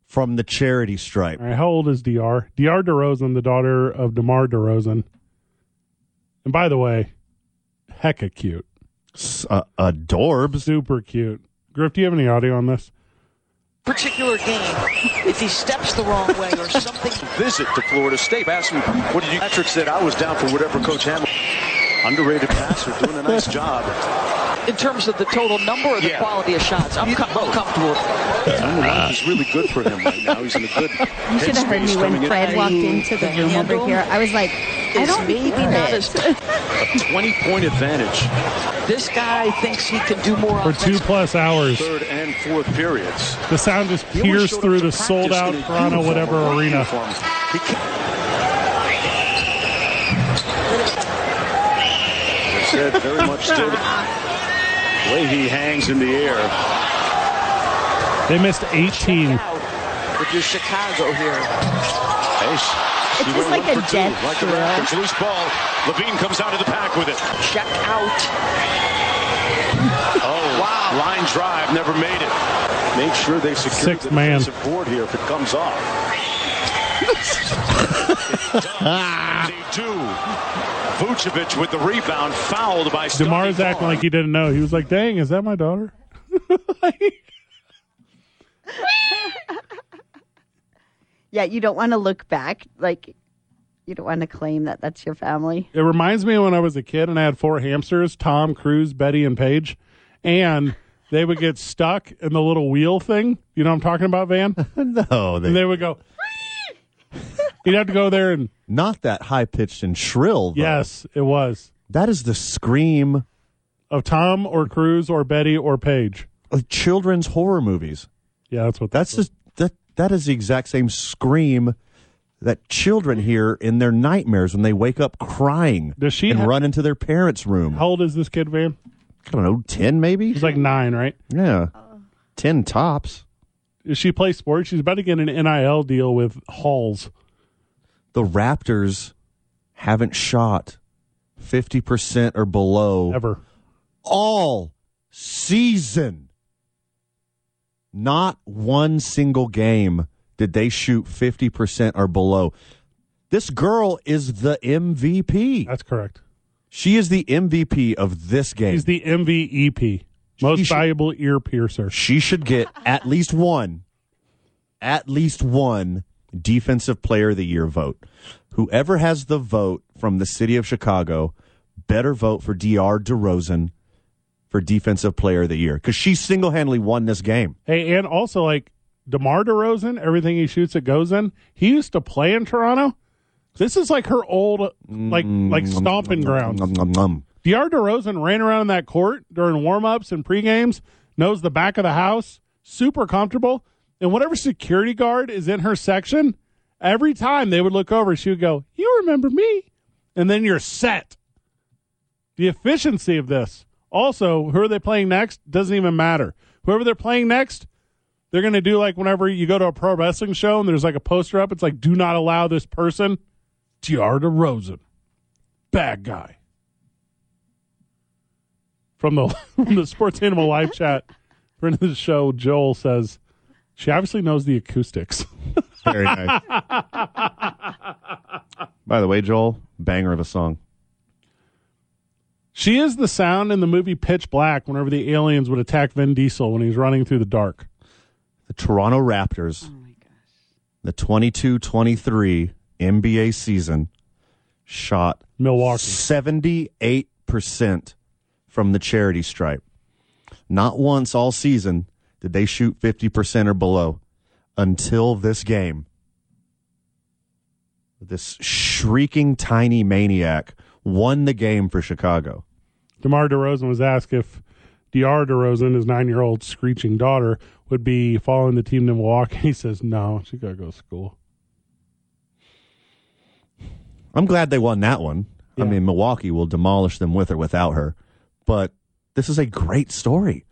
from the charity stripe. All right, how old is Dr. Dr. DeRozan, the daughter of Demar Derozan, and by the way, hecka cute, S- Uh, adorbs. super cute. Griff, do you have any audio on this? particular game, if he steps the wrong way or something, visit to Florida State. Asked me, what did you? Patrick said, I was down for whatever Coach Hamilton. Underrated passer, doing a (laughs) nice job. in terms of the total number or the Yeah. quality of shots, I'm, com- I'm comfortable. And the life is really good for him right now. He's in a (laughs) good You should have heard headspace me coming when in. Fred walked into the room over handle here. I was like, I is don't maybe need not as it. A 20-point advantage, This guy thinks he can do more. For two offensively. plus hours, third and fourth periods. the sound just He always pierced showed up through to the practice sold out in a Toronto uniform, whatever a white arena. uniform. He can't- As I said very much still the way he hangs in the air. They missed 18. Now, If you're Chicago here, Hey, It's just like a death Like the drill. Raptors, loose ball. Levine comes out of the pack with it. check out. Oh, wow. Line drive, never made it. Make sure they secure Sixth the man. defensive board here if it comes off. It does. they do. Vucevic with the rebound, fouled by Scotty Demar's acting Barnes. like he didn't know. He was like, "Dang, is that my daughter?" (laughs) Yeah, you don't want to look back. Like, you don't want to claim that that's your family. It reminds me of when I was a kid and I had four hamsters Tom, Cruise, Betty, and Paige. And they would get stuck in the little wheel thing. You know what I'm talking about, Van? No, they, And they would go, (laughs) you'd have to go there and, not that high pitched and shrill. Though. yes, it was. that is the scream Of Tom or Cruise or Betty or Paige. of children's horror movies. Yeah, that's what That's was. just that. That is the exact same scream that children hear in their nightmares when they wake up crying Does she and have- run into their parents' room. How old is this kid, Van? I don't know, ten maybe. He's like nine, right? Yeah, ten tops. Does she play sports? She's about to get an NIL deal with Halls. The Raptors haven't shot fifty percent or below Ever. all season. Not one single game did they shoot 50% or below. This girl is the MVP. That's correct. She is the MVP of this game. He's the MVEP, most She should- valuable ear piercer. she should get at least one, at least one defensive player of the year vote. Whoever has the vote from the city of Chicago better vote for DR DeRozan for defensive player of the year because she single handedly won this game. Hey, and also like DeMar DeRozan, everything he shoots it goes in. He used to play in Toronto. This is like her old like Mm. like stomping grounds. Nom, nom, nom. DR DeRozan ran around in that court during warm-ups and pre-games, knows the back of the house, super comfortable. And whatever security guard is in her section, every time they would look over, she would go, You remember me. and then you're set. The efficiency of this. Also, who are they playing next? Doesn't even matter. Whoever they're playing next, they're going to do like whenever you go to a pro wrestling show and there's like a poster up, it's like, do not allow this person, T.R. DeRozan, bad guy. From the, (laughs) from the Sports Animal live chat, friend of the show, Joel says, she obviously knows the acoustics. Very nice. By the way, Joel, banger of a song. She is the sound in the movie Pitch Black whenever the aliens would attack Vin Diesel when he's running through the dark. The Toronto Raptors, the 22 23 NBA season, shot Milwaukee 78% from the charity stripe. Not once all season did they shoot 50% or below until this game. This shrieking tiny maniac won the game for Chicago. DeMar DeRozan was asked if DR DeRozan, his nine year old screeching daughter, would be following the team to Milwaukee. (laughs) He says, no, she got to go to school. I'm glad they won that one. Yeah. I mean, Milwaukee will demolish them with or without her. But this is a great story.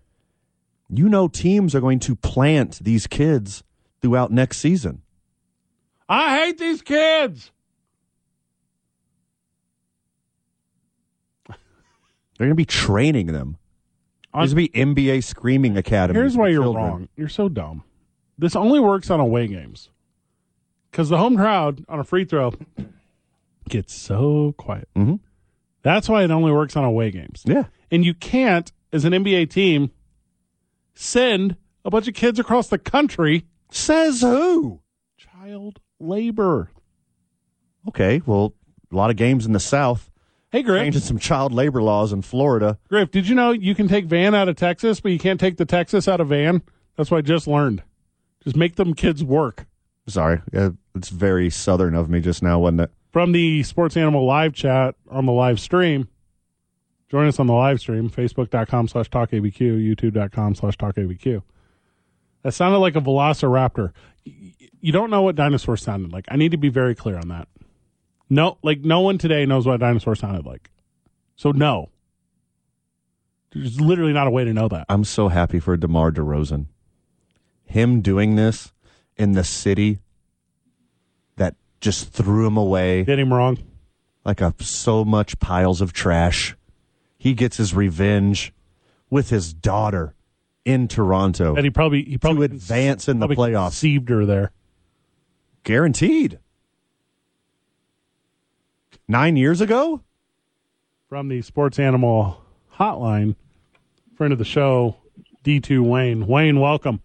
You know, teams are going to plant these kids throughout next season. I hate these kids. They're going to be training them. There's going to be NBA screaming academy. Here's why you're wrong. You're so dumb. This only works on away games because the home crowd on a free throw gets so quiet. Mm-hmm. That's why it only works on away games. Yeah. And you can't, as an NBA team, send a bunch of kids across the country. Says who? Child labor. Okay, well, a lot of games in the South Hey, Griff. changing some child labor laws in Florida. Griff, did you know you can take Van out of Texas, but you can't take the Texas out of Van? That's what I just learned. Just make them kids work. Sorry, uh, it's very southern of me just now, wasn't it? from the Sports Animal live chat on the live stream. Join us on the live stream, facebook.com slash talkabq, youtube.com slash talkabq. That sounded like a velociraptor. Y- y- You don't know what dinosaur sounded like. I need to be very clear on that. No, like no one today knows what a dinosaur sounded like. So no. There's literally not a way to know that. I'm so happy for DeMar DeRozan. Him doing this in the city that just threw him away Did him wrong. like a so much piles of trash. He gets his revenge with his daughter in Toronto And he probably he probably to advance in the probably playoffs. conceived her there. Guaranteed. Nine years ago? from the Sports Animal Hotline, friend of the show, D2 Wayne. Wayne, welcome.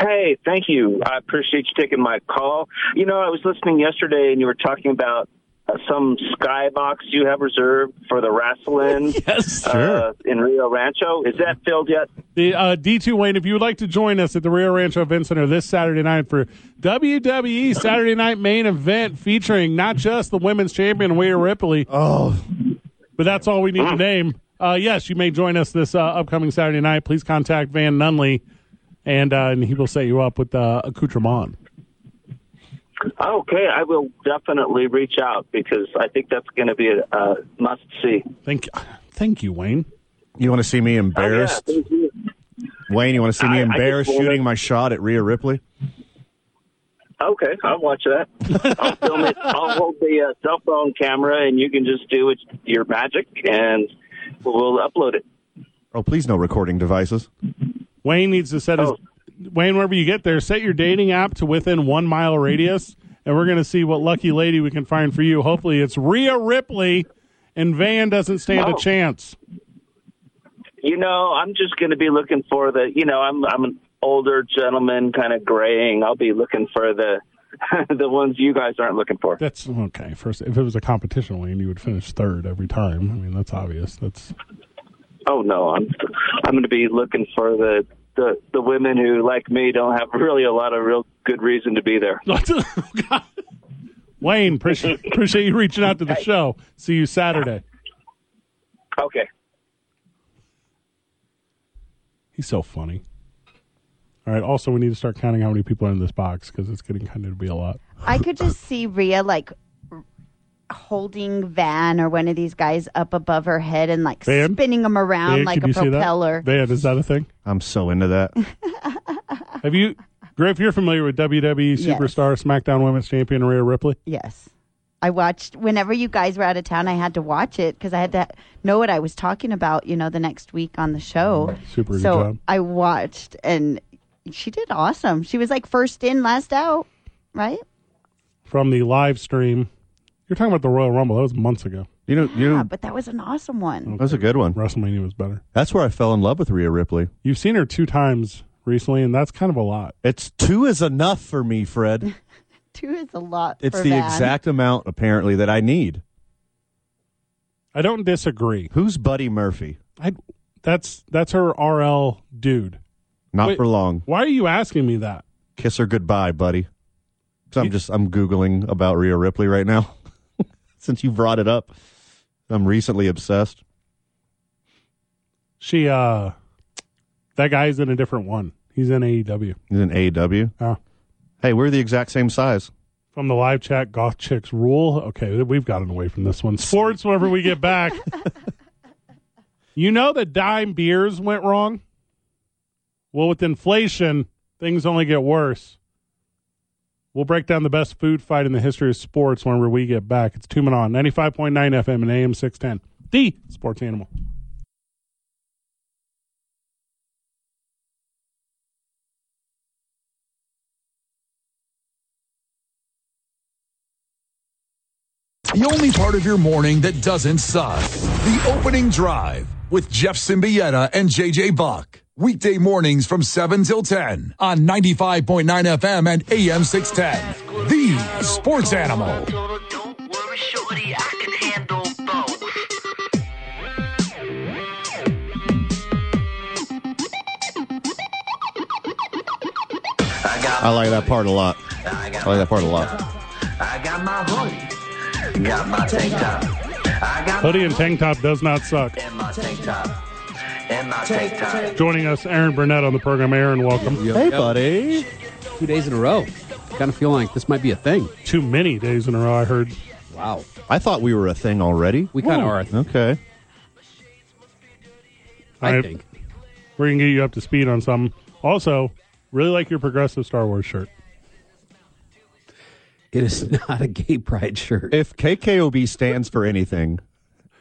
Hey, thank you. I appreciate you taking my call. You know, I was listening yesterday, and you were talking about uh, some skybox you have reserved for the (laughs) wrestling Yes, uh, in Rio Rancho. Is that filled yet? The uh, D2 Wayne, if you would like to join us at the Rio Rancho Event Center this Saturday night for WWE Saturday Night Main Event featuring not just the women's champion, Rhea Ripley, Oh, but that's all we need to name. Uh, yes, you may join us this uh, upcoming Saturday night. Please contact Van Nunley, and, uh, and he will set you up with uh, accoutrement. Okay, I will definitely reach out because I think that's going to be a uh, must see. Thank, thank you, Wayne. you want to see me embarrassed? Wayne, you want to see me Oh, I- I just embarrassed wanna- shooting my shot at Rhea Ripley? Okay, I'll watch that. I'll film it. I'll hold the uh, cell phone camera, and you can just do it, your magic, and we'll upload it. Oh, please no recording devices. Wayne needs to set his Wayne wherever you get there, set your dating app to within one mile radius, and we're gonna see what lucky lady we can find for you. Hopefully, it's Rhea Ripley, and Van doesn't stand Oh. a chance. You know, I'm just going to be looking for the. You know, I'm I'm an older gentleman, kind of graying. I'll be looking for the (laughs) the ones you guys aren't looking for. That's okay. First, if it was a competition, Wayne, you would finish third every time. I mean, that's obvious. That's (laughs) Oh no, I'm I'm going to be looking for the. The, the women who like me don't have really a lot of real good reason to be there. oh, Wayne. Appreciate, appreciate you reaching out to the show. See you Saturday. Okay. He's so funny. All right. Also, we need to start counting how many people are in this box because it's getting kind of to be a lot. I could just see Rhea like r- holding Van or one of these guys up above her head and like Van? spinning them around Van, like can a you see that? propeller. Van, is that a thing? I'm so into that. Have you, Griff? You're familiar with WWE Yes. superstar SmackDown Women's Champion Rhea Ripley? Yes. I watched whenever you guys were out of town. I had to watch it because I had to know what I was talking about. You know, the next week on the show. Super good So job. I watched, and she did awesome. She was like first in, last out, right? From the live stream, you're talking about the Royal Rumble. That was months ago. You know, you Yeah, but that was an awesome one. that's a good one. WrestleMania was better. That's where I fell in love with Rhea Ripley. You've seen her two times recently, and that's kind of a lot. It's two is enough for (laughs) me, Fred. Two is a lot. It's for the Van. exact amount apparently that I need. I don't disagree. Who's Buddy Murphy? I that's that's her RL dude. Not Wait. for long. Why are you asking me that? Kiss her goodbye, buddy. 'Cause I'm just I'm googling about Rhea Ripley right now. (laughs) Since you brought it up, I'm recently obsessed. She uh that guy's in a different one. He's in AEW. He's in AEW. Oh. Hey, we're the exact same size. From the live chat, Goth Chicks rule. Okay, we've gotten away from this one. Sports whenever we get back. you know that dime beers went wrong? Well, with inflation, things only get worse. We'll break down the best food fight in the history of sports whenever we get back. It's Tumen On, 95.9 FM and AM 610. The Sports Animal. The only part of your morning that doesn't suck. The opening drive with Jeff Symbieta and JJ Buck. Weekday mornings from 7 till 10 on 95.9 FM and AM 610. The sports animal. I like that part a lot. I like that part a lot. I got my hoodie, got my tank top. I got Hoodie and tank top does not suck. and my tank top, and my tank top. Joining us, Aaron Burnett on the program. Aaron, welcome. Hey, buddy. Two days in a row. Kind of feeling like this might be a thing. Too many days in a row, I heard. Wow. I thought we were a thing already. We kinda Whoa. are a Okay. I think. We're going to get you up to speed on something. Also, really like your progressive Star Wars shirt. It is (laughs) not a gay pride shirt. If KKOB stands for anything,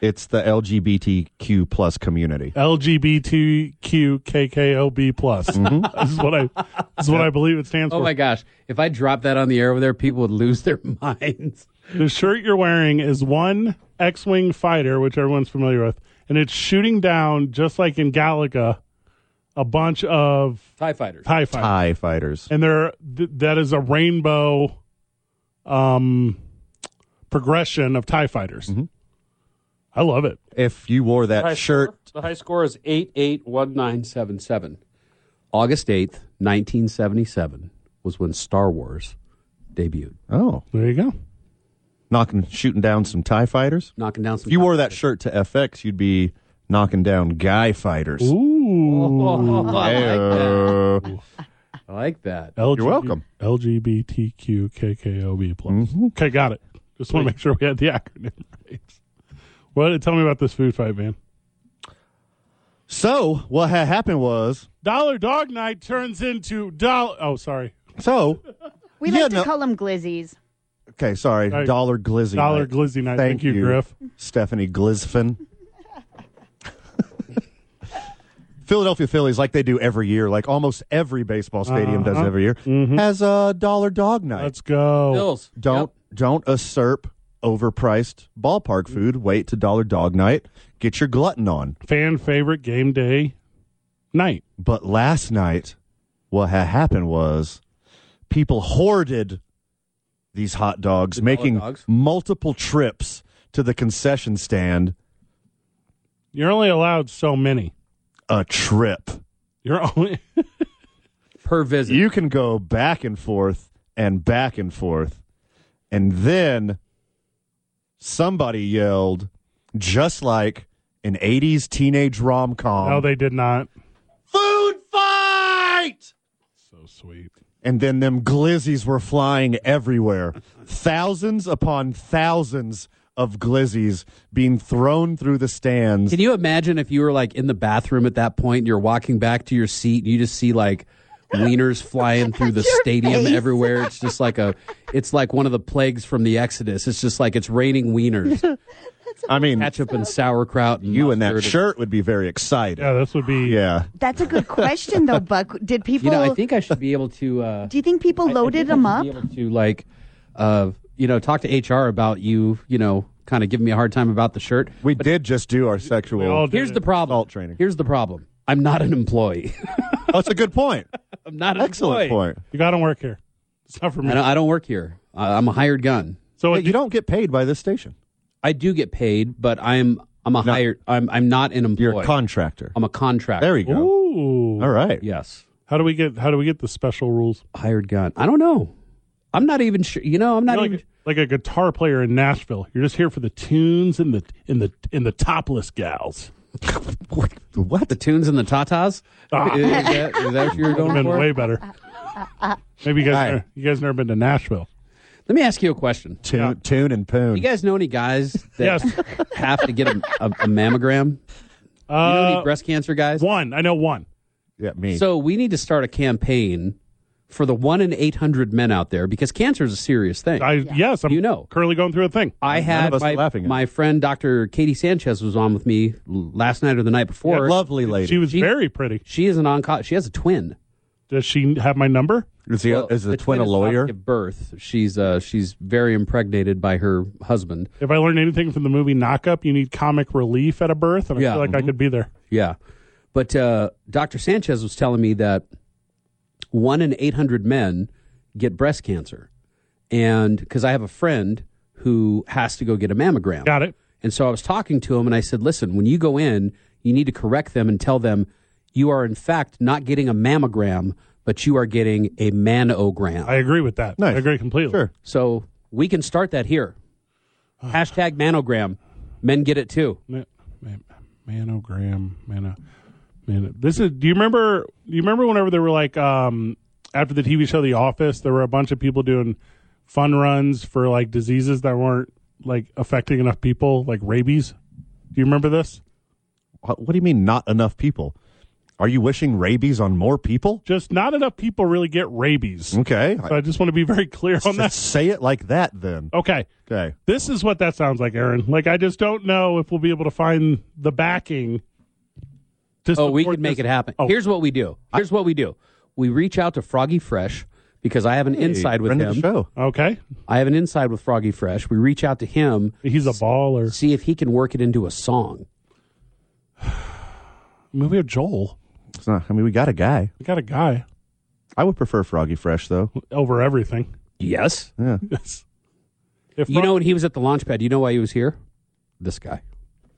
it's the LGBTQ plus community. LGBTQKKOB plus. (laughs) This is what I this is what I believe it stands Oh for. my gosh. If I dropped that on the air over there, people would lose their (laughs) minds. The shirt you're wearing is one X-wing fighter, which everyone's familiar with, and it's shooting down just like in Galaga, a bunch of TIE fighters. Tie fighters. Tie fighters. and there th- that is a rainbow um progression of tie fighters i love it If you wore that High shirt, The high score is 881977. August 8th, 1977 was when Star Wars debuted. oh, there you go. Knocking, shooting down some Tie fighters. Knocking down some If you wore that shirt to FX, you'd be knocking down guy fighters. ooh Oh, I like that. Ayo. I like that. LGBT You're welcome. Mm-hmm. lgbtqkkob plus okay got it just want to make sure we had the acronym right well tell me about this food fight man So what had happened was, dollar dog night turns into dollar oh sorry so We Yeah, like to no- call them glizzies. okay, sorry, Right. dollar glizzy, dollar night. glizzy night Thank, you, griff Stephanie Glisfin. (laughs) Philadelphia Phillies, like they do every year, like almost every baseball stadium does Uh-huh. every year, has a dollar dog night. let's go Bills. Don't don't usurp overpriced Mm. ballpark food. Wait to dollar dog night. Get your glutton on. fan favorite game day night But last night, what had happened was people hoarded these hot dogs, making dogs? multiple trips to the concession stand. you're only allowed so many A trip. you're (laughs) only Yep. Per visit. You can go back and forth and back and forth. And then somebody yelled, just like an 80s teenage rom com. no they did not food fight! so sweet Oh, And then them glizzies were flying everywhere. thousands upon thousands of glizzies being thrown through the stands. Can you imagine if you were like in the bathroom at that point and you're walking back to your seat and you just see like wieners flying through (laughs) the stadium face. everywhere. It's just like a it's like one of the plagues from the Exodus. It's just like it's raining wieners. I mean ketchup and sauerkraut and you in that mustard. shirt would be very excited. Yeah, this would be Yeah. That's a good question, (laughs) though, Buck. Did people? You know, I think I should be able to uh do you think people loaded them up? be able to like uh you know talk to HR about you, you know, kind of giving me a hard time about the shirt. We did just do our sexual Here's the problem. assault training. Here's the problem. I'm not an employee. That's Oh, a good point. (laughs) I'm not an Excellent employee. point. You got to work here. It's not for me. I don't, I don't work here. I, I'm a hired gun. So Yeah, you don't get paid by this station. I do get paid, but I'm I'm a hired. I'm I'm not an employee. You're a contractor. I'm a contractor. There you go. Ooh. All right. Yes, How do we get? How do we get the special rules? hired gun. I don't know. I'm not even sure. You know, I'm not You're even. like, like a guitar player in Nashville. You're just here for the tunes and the and the and the topless (laughs) gals. What? what? the tunes and the tatas. Ah. Is, that, is that what you're Would've going been for? way better. Maybe you guys All right. never- you guys never been to Nashville. Let me ask you a question. Tune, tune and poon. You guys know any guys that Yes. have to get a, a, a mammogram? You know Uh, any breast cancer guys? one. I know one. yeah, me. So we need to start a campaign for the one in eight hundred men out there because cancer is a serious thing. I yes. I'm You know. currently going through a thing. I had of us are my, laughing at my friend Dr. Katie Sanchez was on with me l- last night or the night Yeah, before. lovely lady. She was She- very pretty. she is an onco- she has a twin. Does she have my number? is, the, Well, is the, twin, a is about to lawyer? Give birth. She's uh she's very impregnated by her husband. If I learned anything from the movie Knockup, you need comic relief at a birth, and I Yeah. mm-hmm. feel like I could be there. Yeah. But uh, Dr. Sanchez was telling me that one in 800 men get breast cancer. And because I have a friend who has to go get a mammogram. Got it. And so I was talking to him and I said, listen, when you go in, you need to correct them and tell them you are, in fact, not getting a mammogram, but you are getting a manogram. I agree with that. Nice. I agree completely. Sure. so we can start that here. Hashtag manogram. Men get it too. Man, man, oh, manogram, mano, oh, man. This is. Do you remember? Do you remember whenever they were like um, after the TV show The Office, there were a bunch of people doing fun runs for like diseases that weren't like affecting enough people, like rabies. Do you remember this? What what do you mean, not enough people? Are you wishing rabies on more people? Just not enough people really get rabies. Okay. So I just want to be very clear on Let's that. say it like that then. Okay. Okay. This is what that sounds like, Aaron. Like I just don't know if we'll be able to find the backing. To Oh, we support could make this. it happen. Oh. Here's what we do. Here's what we do. We reach out to Froggy Fresh because I have an inside with Friend of the him. show. Okay, I have an inside with Froggy Fresh. We reach out to him, he's a baller. see if he can work it into a song. I mean, we have Joel. It's not, I mean, we got a guy. We got a guy I would prefer Froggy Fresh, though. over everything. Yes. Yeah. Yes. If You know when he was at the launch pad, you know why he was here? This guy.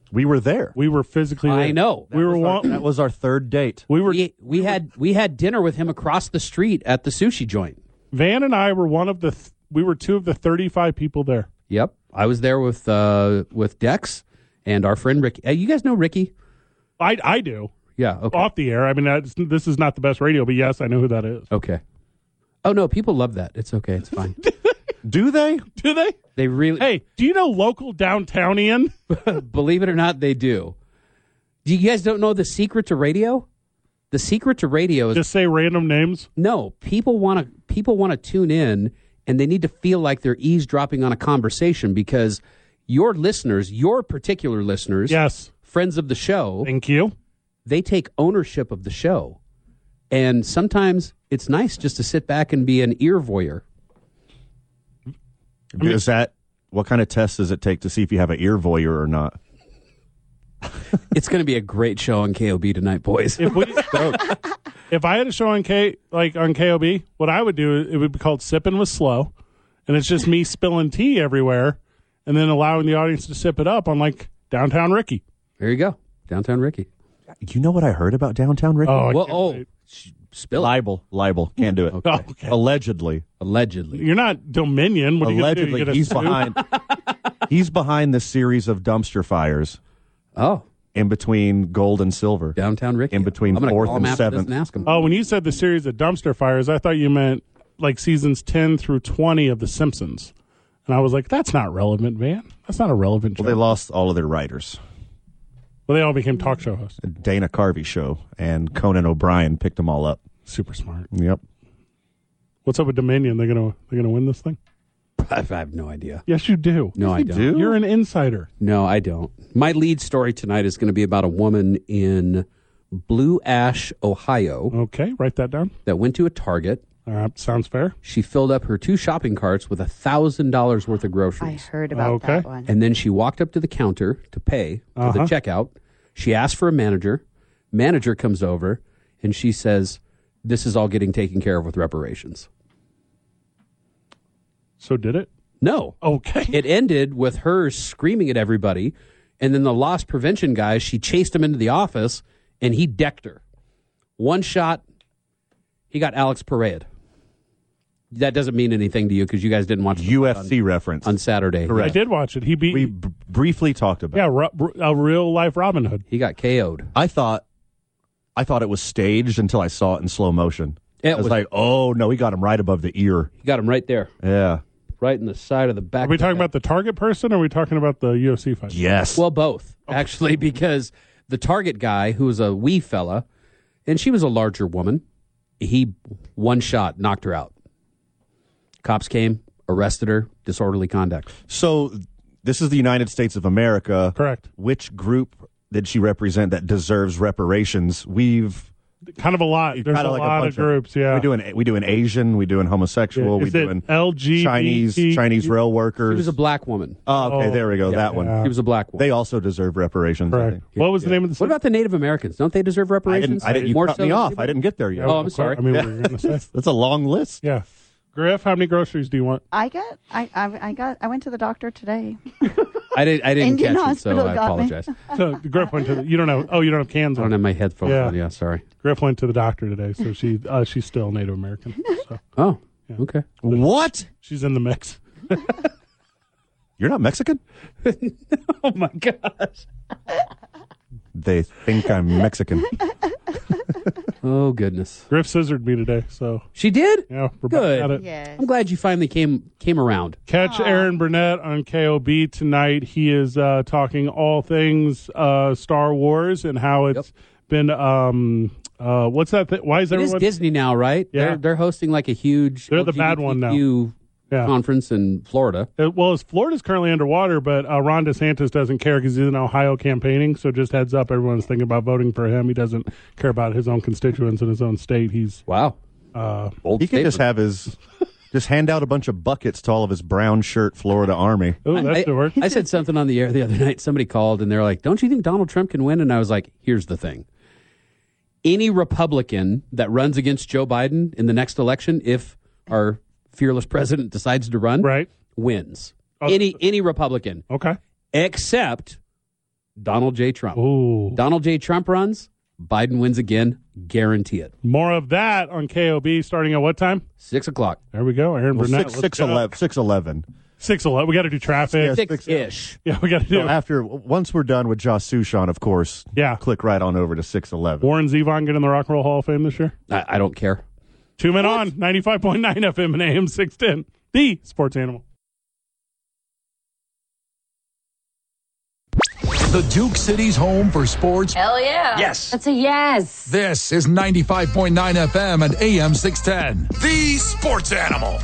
We were there. we were physically. I there. know. we were. One, That was our third date. we were. We, we had we had dinner with him across the street at the sushi joint. Van and I were one of the. Th- we were two of the thirty-five people there. Yep. I was there with uh with Dex and our friend Ricky. Uh, you guys know Ricky? I I do Yeah. Okay. off the air. I mean, that's, this is not the best radio, but yes, I know who that is. Okay. Oh no, people love that. It's okay. It's fine. Do they? Do they? they really Hey, do you know local downtownian? Believe it or not, they do. Do you guys don't know the secret to radio? The secret to radio is Just say random names. no. People want to people want to tune in, and they need to feel like they're eavesdropping on a conversation because your listeners, your particular listeners, Yes. friends of the show, Thank you. they take ownership of the show, and sometimes it's nice just to sit back and be an ear voyeur. is that what kind of test does it take to see if you have an ear voyeur or not? It's going to be a great show on KOB tonight, boys. If we, if I had a show on K like on KOB, what I would do it would be called Sipping with Slow, and it's just me spilling tea everywhere, and then allowing the audience to sip it up on like downtown Ricky. There you go, downtown Ricky. You know what I heard about downtown Ricky? Oh, I well, can't oh, wait. sh- spill it. libel, libel, can't do it. (laughs) Oh, okay. Allegedly, allegedly. You're not Dominion. What are you gonna do? You allegedly, gonna he's sue? behind. (laughs) he's behind the series of dumpster fires Oh, in between gold and silver. downtown Ricky. In between I'm gonna fourth call him and after this seventh. and ask him. Oh, when you said the series of dumpster fires, I thought you meant like seasons ten through twenty of The Simpsons. And I was like, that's not relevant, man. That's not a relevant joke. Well, they lost all of their writers. Well, they all became talk show hosts. The Dana Carvey show and Conan O'Brien picked them all up. Super smart. Yep. What's up with Dominion? They're gonna they're gonna win this thing. I have no idea. Yes, you do. No, I You don't. do? You're an insider. No, I don't. My lead story tonight is going to be about a woman in Blue Ash, Ohio. Okay, write that down. That went to a Target. Uh, sounds fair. She filled up her two shopping carts with a thousand dollars worth I of groceries, heard about Okay. that one. and then she walked up to the counter to pay for the Uh-huh. checkout. She asked for a manager. Manager comes over and she says, "This is all getting taken care of with reparations." So did it? No. Okay. It ended with her screaming at everybody, and then the loss prevention guy, she chased him into the office and he decked her. One shot, he got Alex Parade. That doesn't mean anything to you because you guys didn't watch the fight on, UFC reference. on Saturday. (laughs) I did watch it. He beat. We b- briefly talked about. yeah, it. ru- br- a real life Robin Hood. He got KO'd. I thought, I thought it was staged until I saw it in slow motion. It I was, was- like, oh no, he got him right above the ear. He got him right there, Yeah. right in the side of the back. Are we of the talking head. about the target person? Or are we talking about the UFC fight? Yes. Well, both, actually, (laughs) because the target guy, who was a wee fella, and she was a larger woman, he one shot knocked her out. Cops came, arrested her, disorderly conduct. so this is the United States of America. Correct. Which group did she represent that deserves reparations? We've Kind of a lot. There's kinda a like lot bunch of groups. Yeah. We do an we do an Asian. We do an homosexual. Yeah. We Is do it an LGBT? Chinese Chinese rail She workers. was a black woman. oh, okay, Oh, there we go. that one. yeah. She was a black woman. They also deserve reparations. I Correct. think. What was the name of the? what about the Native Americans? Don't they deserve I reparations? didn't. I didn't you More cut so me than off. I anybody? didn't get there yet. Oh, I'm sorry. I mean, what were you gonna say? That's a long list. Yeah. Griff, how many groceries do you want? I got I, I I got I went to the doctor today. I didn't. I didn't Indian catch it, so hospital I got me. apologize. I So Griff went to the, you don't have oh you don't have cans don't on. have my headphones Yeah. on. Yeah, sorry. Griff went to the doctor today, so she uh, she's still Native American. So Oh, okay. What? she's in the mix. You're not (laughs) Mexican? Oh my gosh. They think I'm Mexican. Oh goodness. Griff scissored me today, so She did. yeah, we're Good. back at it. Yes. I'm glad you finally came came around. Catch Aaron Burnett on KOB tonight. He is uh, talking all things uh, Star Wars and how it's been. Um, uh, what's that? Th- why is It is everyone? Disney now, right? Yeah. They're, they're hosting like a huge They're the bad one now. LGBTQ Yeah. conference in Florida. Uh, well, it's- Florida's currently underwater, but uh, Ron DeSantis doesn't care because he's in Ohio campaigning. So just heads up, everyone's thinking about voting for him. He doesn't care about his own constituents in his own state. He's Wow. uh, Bold he could just statement. have his, just hand out a bunch of buckets to all of his brown shirt Florida Army. oh, that's the word. I, I said something on the air the other night. Somebody called and they're like, Don't you think Donald Trump can win? And I was like, Here's the thing. Any Republican that runs against Joe Biden in the next election, if our fearless president decides to run, Right. wins. Oh, any any Republican Okay. except Donald J. Trump. Ooh. Donald J. Trump runs, Biden wins again. Guarantee it. More of that on KOB starting at what time? Six o'clock. There we go. Aaron Well, Burnett. six, let's six, go. eleven, six eleven. Six eleven. We got to do traffic. Yes. Six ish. Yeah, we got to do. So after once we're done with Josh Sushan, of course, Yeah. click right on over to six eleven. Warren Zevon get in the Rock and Roll Hall of Fame this year? I, I don't care. Two men on 95.9 FM and AM 610. The sports animal. The Duke City's home for sports. Hell yeah. Yes. That's a yes. This is 95.9 FM and AM 610. The sports animal.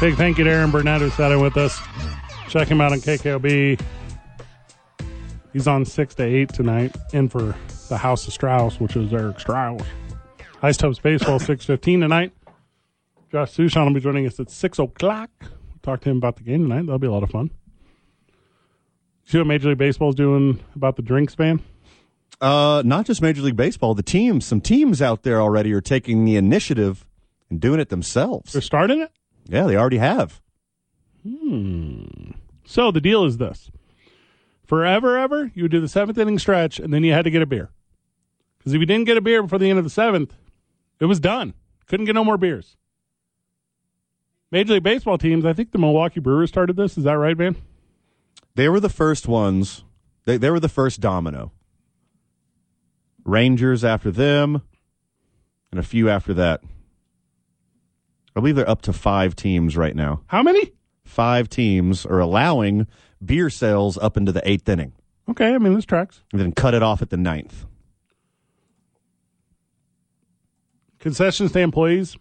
Big thank you to Aaron Burnett who sat in with us. Check him out on KKOB. He's on 6 to 8 tonight, in for the House of Strauss, which is Eric Strauss. Ice Tubs Baseball, 6.15 tonight. Josh Sushan will be joining us at 6 o'clock. We'll talk to him about the game tonight. That'll be a lot of fun. See what Major League Baseball's doing about the drinks ban? Uh, not just Major League Baseball, the teams, some teams out there already are taking the initiative and doing it They're themselves. starting it? Yeah, they already have. So the deal is this: forever, ever, you would do the seventh inning stretch, and then you had to get a beer. Because if you didn't get a beer before the end of the seventh, it was done. Couldn't get no more beers. Major League Baseball teams, I think the Milwaukee Brewers started this. Is that right, man? They were the first ones. They they were the first domino. Rangers after them, and a few after that. I believe they're up to five teams right now. How many? Five teams are allowing beer sales up into the eighth inning, Okay, I mean this tracks. and then cut it off at the ninth. Concession stand employees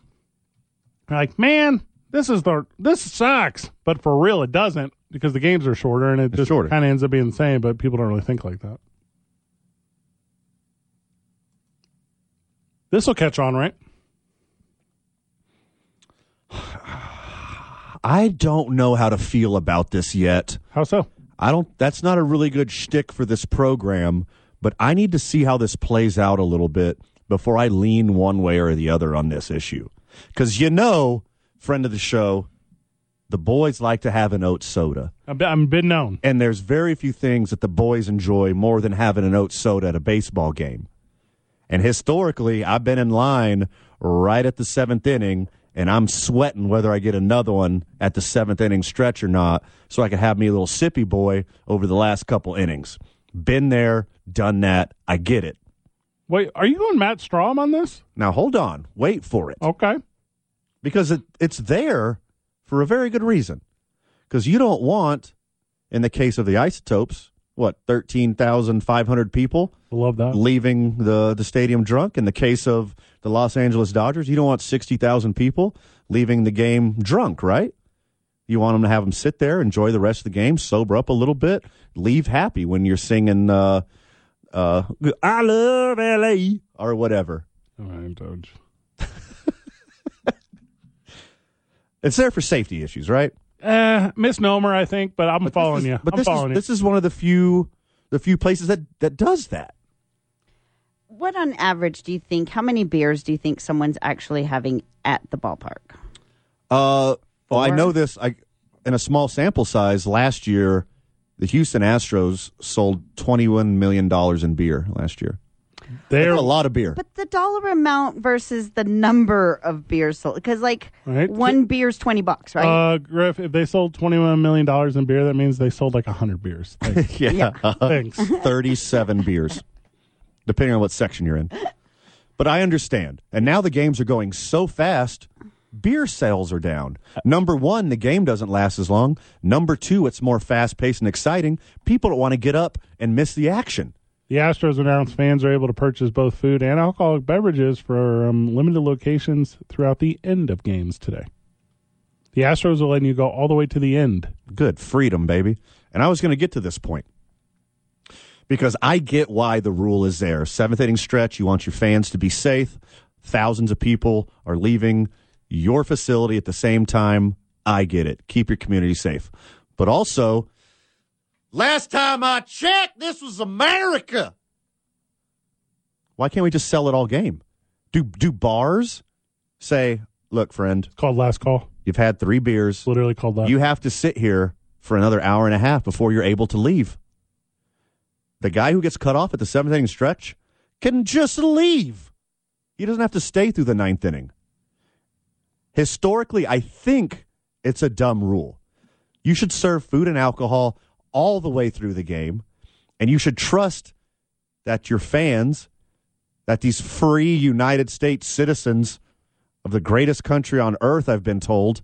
are like, man, this is the this sucks. But for real, it doesn't because the games are shorter and it just kind of ends up being the same. But people don't really think like that. This will catch on, right? I don't know how to feel about this yet. How so? I don't. That's not a really good shtick for this program. But I need to see how this plays out a little bit before I lean one way or the other on this issue. Because you know, friend of the show, the boys like to have an oat soda, I've been, I've been known. and there's very few things that the boys enjoy more than having an oat soda at a baseball game. And historically, I've been in line right at the seventh inning, and I'm sweating whether I get another one at the seventh inning stretch or not, so I can have me a little sippy boy over the last couple innings. Been there, done that. I get it. Wait, are you going Matt Strom on this? Now hold on, wait for it. Okay. Because it, it's there for a very good reason. Because you don't want, in the case of the isotopes, what, 13,500 people? Love that. Leaving the, the stadium drunk. In the case of the Los Angeles Dodgers, you don't want 60,000 people leaving the game drunk, right? You want them to have them sit there, enjoy the rest of the game, sober up a little bit, leave happy when you're singing, uh, uh, I love LA or whatever. All right, Doge. It's there for safety issues, right? Uh, misnomer, I think, but I'm following you. But I'm this following is you. this is one of the few the few places that that does that. What on average do you think? How many beers do you think someone's actually having at the ballpark? Uh, well, I know this. I in a small sample size last year, the Houston Astros sold twenty one million dollars in beer last year. They're a lot of beer. But the dollar amount versus the number of beers sold, because like Right. one beer's twenty bucks, right? Uh, Griff, if they sold $21 million in beer, that means they sold like 100 beers. Like, (laughs) yeah, Thanks. thirty seven beers, depending on what section you're in. But I understand, and now the games are going so fast. Beer sales are down. Number one, the game doesn't last as long. Number two, it's more fast paced and exciting. People don't want to get up and miss the action. the Astros announced fans are able to purchase both food and alcoholic beverages from limited locations throughout the end of games today. The Astros will let you go all the way to the end. Good freedom, baby. And I was going to get to this point because I get why the rule is there. Seventh inning stretch, you want your fans to be safe. Thousands of people are leaving your facility at the same time. I get it. Keep your community safe. But also, last time I checked, this was America. Why can't we just sell it all game? Do do bars say, "Look, friend, Called last call. you've had 3 beers. It's literally called last. You have to sit here for another hour and a half before you're able to leave. The guy who gets cut off at the seventh inning stretch can just leave. He doesn't have to stay through the ninth inning. Historically, I think it's a dumb rule. You should serve food and alcohol all the way through the game, and you should trust that your fans, that these free United States citizens of the greatest country on earth, I've been told,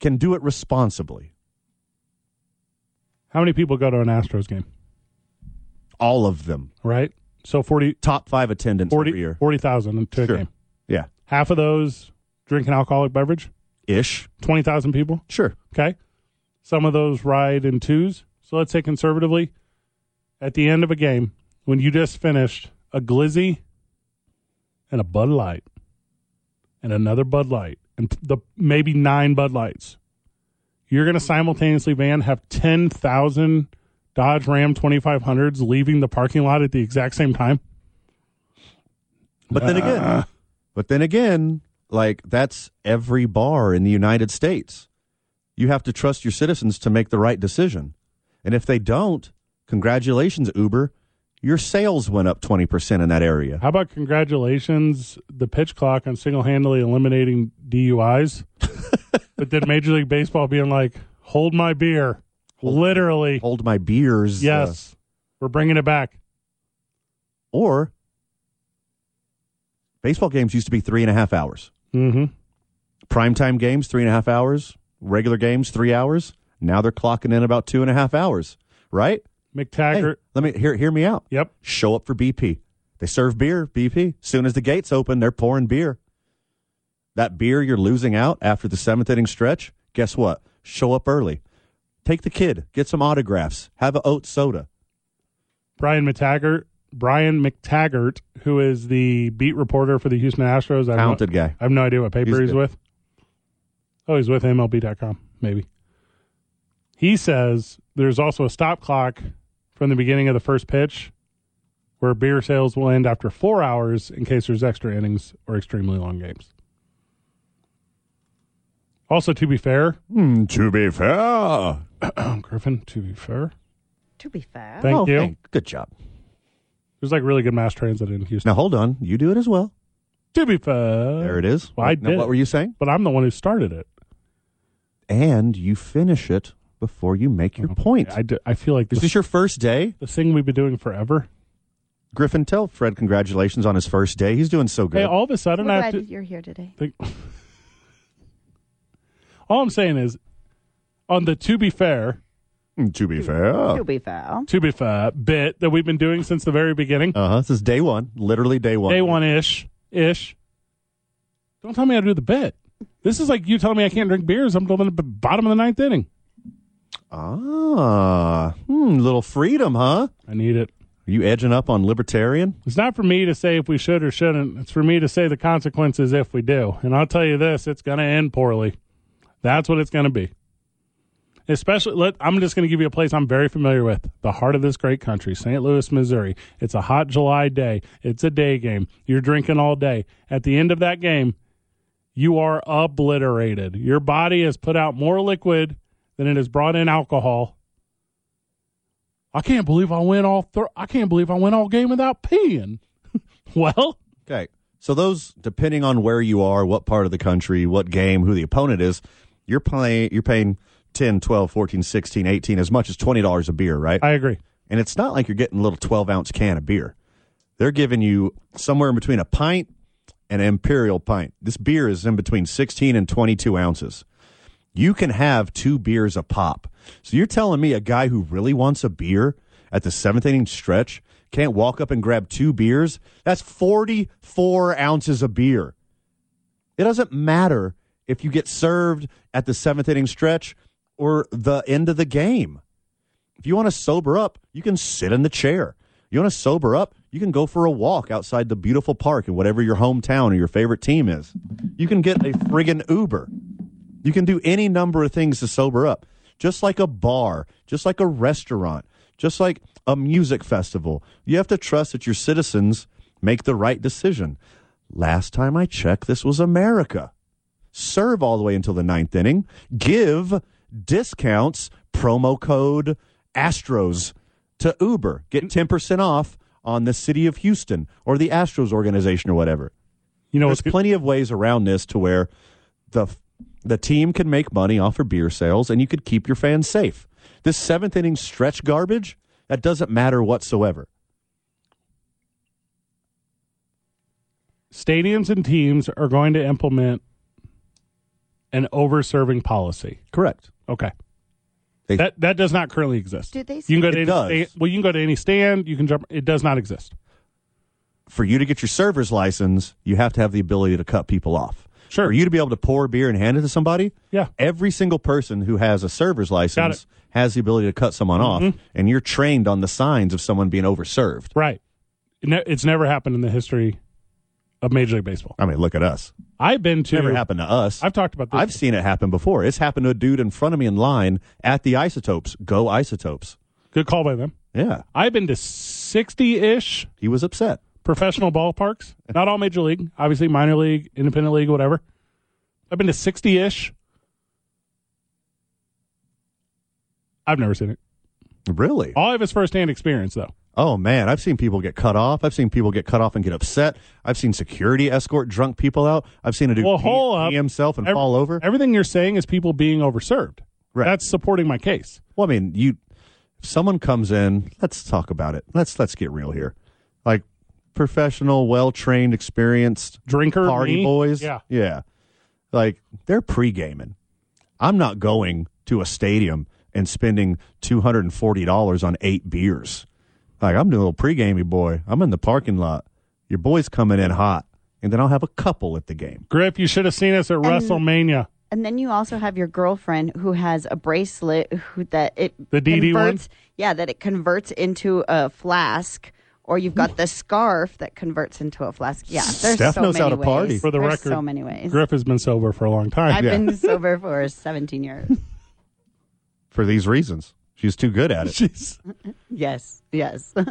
can do it responsibly. How many people go to an Astros game? All of them. Right? So 40 Top five attendance every 40 year. 40,000 to a Sure. game. Yeah. Half of those drink an alcoholic beverage. Ish. 20,000 people. Sure. Okay. Some of those ride in twos. So let's say conservatively, at the end of a game, when you just finished a glizzy and a Bud Light and another Bud Light and the maybe nine Bud Lights, you're going to simultaneously, Van, have 10,000 Dodge Ram 2500s leaving the parking lot at the exact same time. But then Uh. again, but then again, like that's every bar in the United States. You have to trust your citizens to make the right decision. And if they don't, congratulations, Uber. Your sales went up 20% in that area. How about congratulations, the pitch clock on single handedly eliminating (laughs) DUIs? but then Major League Baseball being like, hold my beer. Literally. Hold my beers. uh, yes. We're bringing it back. or baseball games used to be three and a half hours. Mm hmm. Primetime games, three and a half hours. Regular games, three hours. Now they're clocking in about two and a half hours, right? McTaggart. Hey, let me hear hear me out. Yep. Show up for BP. They serve beer, BP. Soon as the gates open, they're pouring beer. That beer you're losing out after the seventh inning stretch, guess what? Show up early. Take the kid, get some autographs, have a oat soda. Brian McTaggart. Brian McTaggart, who is the beat reporter for the Houston Astros. I have no- Talented guy. I have no idea what paper He's he's, good. with. Oh, he's with MLB.com, maybe. He says there's also a stop clock from the beginning of the first pitch where beer sales will end after four hours in case there's extra innings or extremely long games. Also, to be fair, to be fair, Griffin, to be fair, To be fair. Thank you. Oh, good job. there's like really good mass transit in Houston. Now hold on, you do it as well. To be fair, There it is. Well, I Now, did. What were you saying? But I'm the one who started it. And you finish it before you make your point. I, do- I feel like Is this this your first day? the thing we've been doing forever. Griffin, tell Fred congratulations on his first day. He's doing so good. Hey, all of a sudden I We're have glad to. you're here today. Think, (laughs) all I'm saying is, on the to be fair, Mm, to be fair. Oh. Uh-huh, To be fair. to be fair bit that we've been doing since the very beginning, Uh huh. This is day one, literally day one. day one ish, ish. Don't tell me how to do the bit. This is like you telling me I can't drink beers until the b- bottom of the ninth inning. Ah, hmm, little freedom, huh? I need it. Are you edging up on libertarian? It's not for me to say if we should or shouldn't. It's for me to say the consequences if we do. And I'll tell you this, it's going to end poorly. That's what it's going to be. Especially, let, I'm just going to give you a place I'm very familiar with the heart of this great country, St. Louis, Missouri. It's a hot July day. It's a day game. You're drinking all day. At the end of that game, you are obliterated. Your body has put out more liquid than it has brought in alcohol. I can't believe I went all. Th- I can't believe I went all game without peeing. (laughs) well, Okay. So those, depending on where you are, what part of the country, what game, who the opponent is, you're playing. You're paying 10, 12, 14, 16, 18, as much as twenty dollars a beer, right? I agree. and it's not like you're getting a little twelve ounce can of beer. They're giving you somewhere in between a pint and an imperial pint. This beer is in between sixteen and twenty two ounces. you can have two beers a pop. So you're telling me a guy who really wants a beer at the seventh inning stretch can't walk up and grab two beers? That's 44 ounces of beer. It doesn't matter if you get served at the seventh inning stretch or the end of the game. If you want to sober up, you can sit in the chair. You want to sober up, you can go for a walk outside the beautiful park in whatever your hometown or your favorite team is. You can get a friggin' Uber. You can do any number of things to sober up, just like a bar, just like a restaurant, just like a music festival. You have to trust that your citizens make the right decision. Last time I checked, this was America. Serve all the way until the ninth inning. Give discounts, promo code Astros to Uber. Get 10% off on the city of Houston or the Astros organization or whatever. you know There's what's good- plenty of ways around this to where the the team can make money off of beer sales, and you could keep your fans safe. This seventh inning stretch garbage that doesn't matter whatsoever. stadiums and teams are going to implement an over-serving policy. Correct. Okay, They- that that does not currently exist. Do they You can go to It any does. sta- well, you can go to any stand. You can jump. It does not exist. For you to get your server's license, you have to have the ability to cut people off. Sure. For you to be able to pour beer and hand it to somebody, Yeah. every single person who has a server's license has the ability to cut someone off, Mm-hmm. and you're trained on the signs of someone being overserved. Right. It ne- It's never happened in the history of Major League Baseball. I mean, look at us. I've been to. Never happened to us. I've talked about this. I've seen it happen before. It's happened to a dude in front of me in line at the isotopes. Go isotopes. Good call by them. Yeah. I've been to 60 ish He was upset. professional ballparks. Not all major league, obviously minor league, independent league, whatever. I've been to 60 ish. I've never seen it. Really? All I have is firsthand experience, though. Oh man, I've seen people get cut off. I've seen people get cut off and get upset. I've seen security escort drunk people out. I've seen a dude Well, pee, hold up. pee himself and Ev- fall over. Everything you're saying is people being overserved. Right. That's supporting my case. Well, I mean, you if someone comes in, let's talk about it. Let's let's get real here. Like professional, well trained, experienced Drinker, party me, boys. Yeah. Yeah. Like they're pre gaming. I'm not going to a stadium and spending two hundred and forty dollars on eight beers. Like I'm doing a little pre gamey boy. I'm in the parking lot. Your boy's coming in hot, and then I'll have a couple at the game. Griff, you should have seen us at WrestleMania. And then you also have your girlfriend who has a bracelet who, that it The DD one? converts. Yeah, that it converts into a flask, or you've got the scarf that converts into a flask. Yeah, there's so many ways. For the There's record, so many ways. (laughs) Griff has been sober for a long time. I've (laughs) been sober for 17 years. for these reasons. She's too good at it. (laughs) yes, yes. (laughs)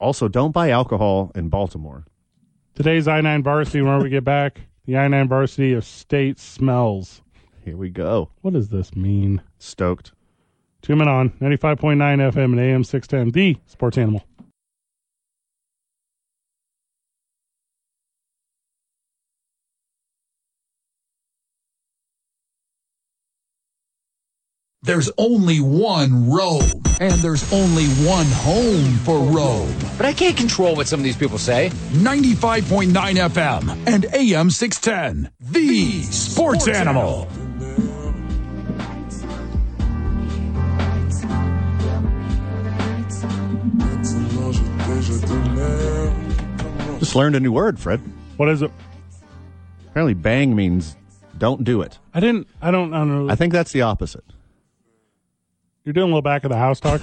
Also, don't buy alcohol in Baltimore. Today's I 9 varsity, whenever we get back, the I 9 varsity of state smells. Here we go. What does this mean? Stoked. Two men on 95.9 FM and AM 610, the sports animal. There's only one Rome, and there's only one home for Rome. But I can't control what some of these people say. 95.9 FM and AM 610. The Sports Animal. Just learned a new word, Fred. What is it? Apparently, bang means don't do it. I didn't, I don't, I don't know. I think that's the opposite. You're doing a little back of the house talk,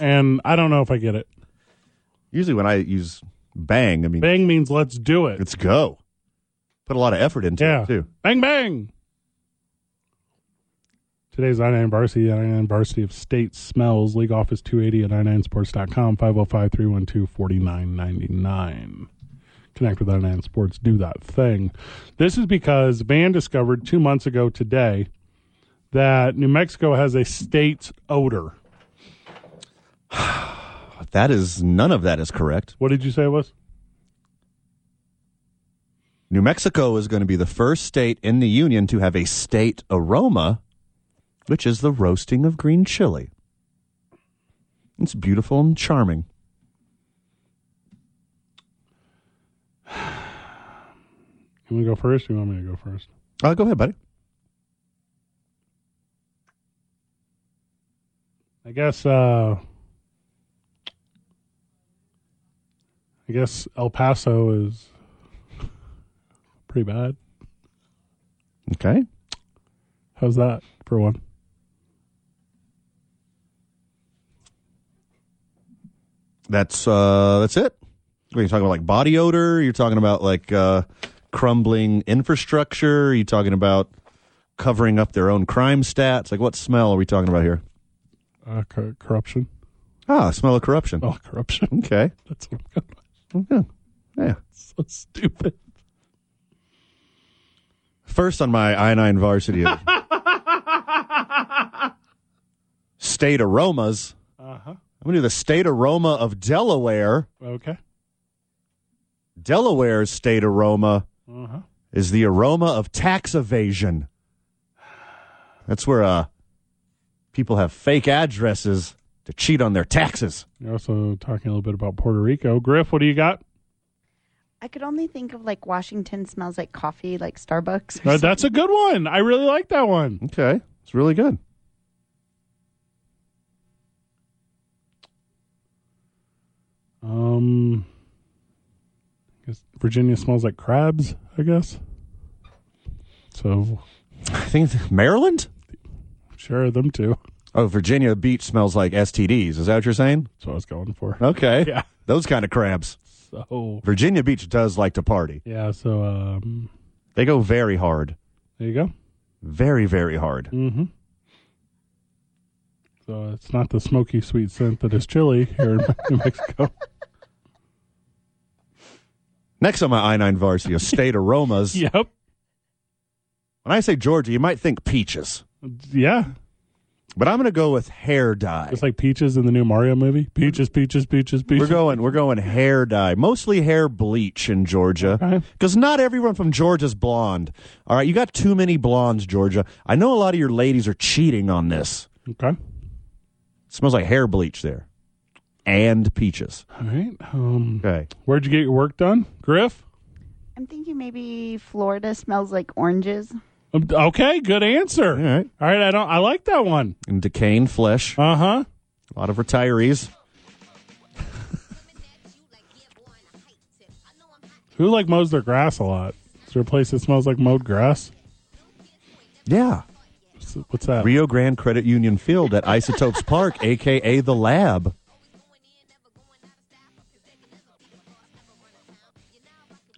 and I don't know if I get it. Usually, when I use bang, I mean Bang means let's do it. let's go. Put a lot of effort into Yeah. it too. Bang, bang. Today's I 9 varsity, I 9 varsity of state smells. League office 280 at i9sports.com, 505 312 4999. Connect with I9 Sports, do that thing. This is because Van discovered two months ago today that New Mexico has a state's odor. That is none of that is correct. What did you say it was? New Mexico is going to be the first state in the union to have a state aroma, which is the roasting of green chili. It's beautiful and charming. You want to go first? Or you want me to go first? Uh, go ahead, buddy. I guess uh I guess El Paso is (laughs) pretty bad. Okay. How's that for one? That's uh that's it. What are you talking about like body odor? You're talking about like uh crumbling infrastructure, you talking about covering up their own crime stats? Like what smell are we talking about here? Uh, cor- corruption. (laughs) Ah, smell of corruption. Oh, corruption. (laughs) Okay. That's what I'm (laughs) going Yeah. yeah. So stupid. First on my I nine varsity of state aromas. Uh huh. I'm gonna do the state aroma of Delaware. Okay. Delaware's state aroma Uh huh. is the aroma of tax evasion. That's where uh, people have fake addresses to cheat on their taxes. You're also talking a little bit about Puerto Rico. Griff, what do you got? I could only think of like Washington smells like coffee, like Starbucks. Or Uh, that's a good one. I really like that one. Okay, it's really good. Um, I guess Virginia smells like crabs. I guess. So I think it's Maryland. sure, them too. Oh, Virginia Beach smells like STDs. Is that what you're saying? That's what I was going for. Okay. Yeah. Those kind of crabs. So Virginia Beach does like to party. yeah, so um, They go very hard, there you go. very very hard. Mm-hmm. So it's not the smoky sweet scent that is chili here in (laughs) New Mexico. Next on my I nine varsity of state aromas. (laughs) yep. When I say Georgia, you might think peaches, Yeah. but I'm going to go with hair dye. It's like peaches in the new Mario movie. Peaches, peaches, peaches, We're peaches. going. We're going hair dye, mostly hair bleach in Georgia, Okay. because not everyone from Georgia's blonde. All right, you got too many blondes, Georgia. I know a lot of your ladies are cheating on this. okay. It smells like hair bleach there, and peaches. All right. Um, Okay, where'd you get your work done, Griff? I'm thinking maybe Florida smells like oranges. Um, Okay, good answer. All right, all right. I don't. I like that one. And decaying flesh. Uh huh. A lot of retirees. Who like mows their grass a lot? Is there a place that smells like mowed grass? Yeah. What's that? Rio Grande Credit Union Field at Isotopes Park, aka the lab.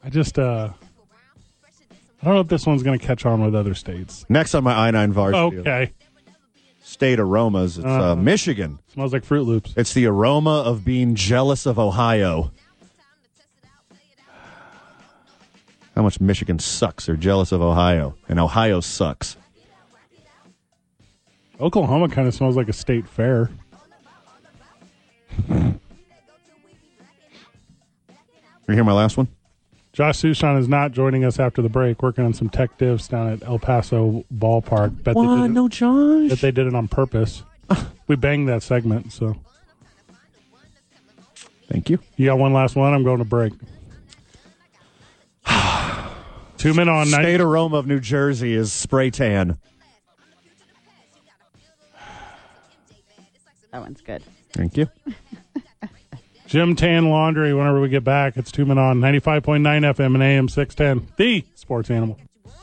I just uh, I don't know if this one's gonna catch on with other states. Next on my I nine varsity Okay, state aromas, it's uh, Uh-huh. Michigan. smells like Fruit Loops. It's the aroma of being jealous of Ohio. How much Michigan sucks. They're jealous of Ohio, and Ohio sucks. Oklahoma kind of smells like a state fair. You hear my last one? Josh Sushan is not joining us after the break, working on some tech diffs down at El Paso Ballpark. Bet Why, it- no, Josh? Bet they did it on (laughs) purpose. we banged that segment, so. Thank you. You got one last one? I'm going to break. (sighs) Two men on nine. State aroma of New Jersey is spray tan. That one's good. Thank you. Jim Tan Laundry, whenever we get back, it's two men on 95.9 FM and AM 610, the sports animal. You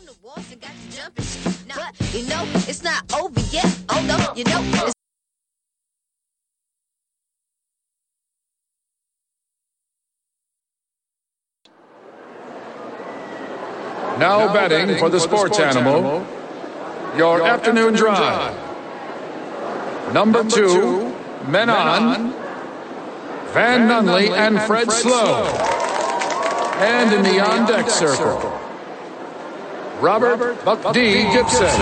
know, it's not over yet. Hold up, you know. It's- Now, betting, for the sports, animal, your, afternoon, drive. Number, two, men, on, Van, Nunley and Fred, Slow. And, in the on deck circle, Robert, Buck, D. Gibson.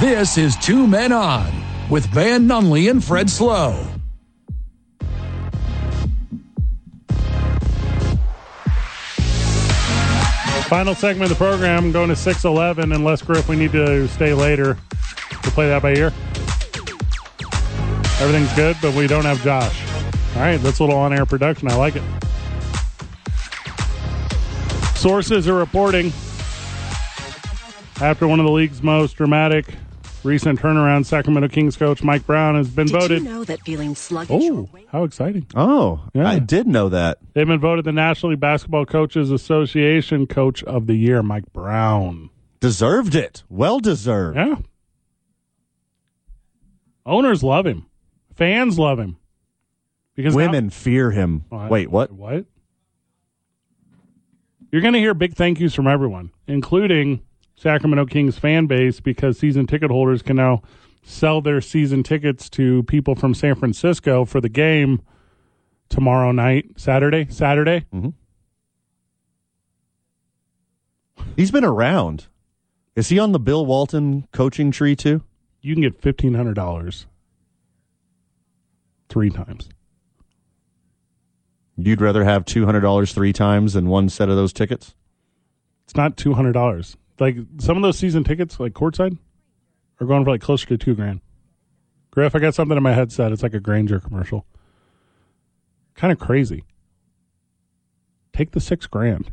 This is Two Men On with Van Nunley and Fred Slow. Final segment of the program, going to 611, unless, Griff, we need to stay later to play that by ear. Everything's good, but we don't have Josh. All right, that's a little on air production. I like it. Sources are reporting after one of the league's most dramatic recent turnaround, Sacramento Kings coach Mike Brown has been Did voted. you know that feeling sluggish? Oh, how exciting! Oh, I did know that. They've been voted the National League Basketball Coaches Association Coach of the Year, Mike Brown. Deserved it. Well deserved. Yeah. Owners love him. Fans love him. Because now- Women fear him. Oh, I- Wait, what? What? You're going to hear big thank yous from everyone, including Sacramento Kings fan base, because season ticket holders can now sell their season tickets to people from San Francisco for the game tomorrow night, Saturday. Saturday. Mm. He's been around. Is he on the Bill Walton coaching tree too? You can get fifteen hundred dollars three times. You'd rather have two hundred dollars three times than one set of those tickets? It's not two hundred dollars. Like some of those season tickets, like courtside, are going for like closer to two grand. Griff, I got something in my headset. It's like a Granger commercial. Kind of crazy. Take the six grand.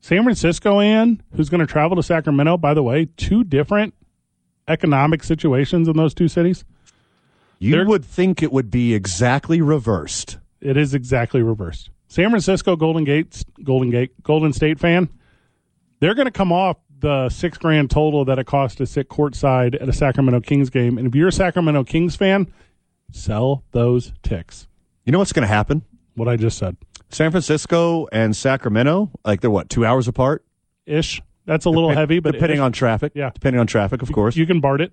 San Francisco and who's going to travel to Sacramento, by the way, two different economic situations in those two cities. You would think it would be exactly reversed. It is exactly reversed. San Francisco Golden Gates, Golden Gate, Golden State fan, they're going to come off the six grand total that it costs to sit courtside at a Sacramento Kings game. And if you're a Sacramento Kings fan, sell those ticks. You know what's going to happen? What I just said, San Francisco and Sacramento, like they're what two hours apart? ish. That's a little Dep- heavy, but depending ish. on traffic, Yeah. depending on traffic, of course. you can BART it.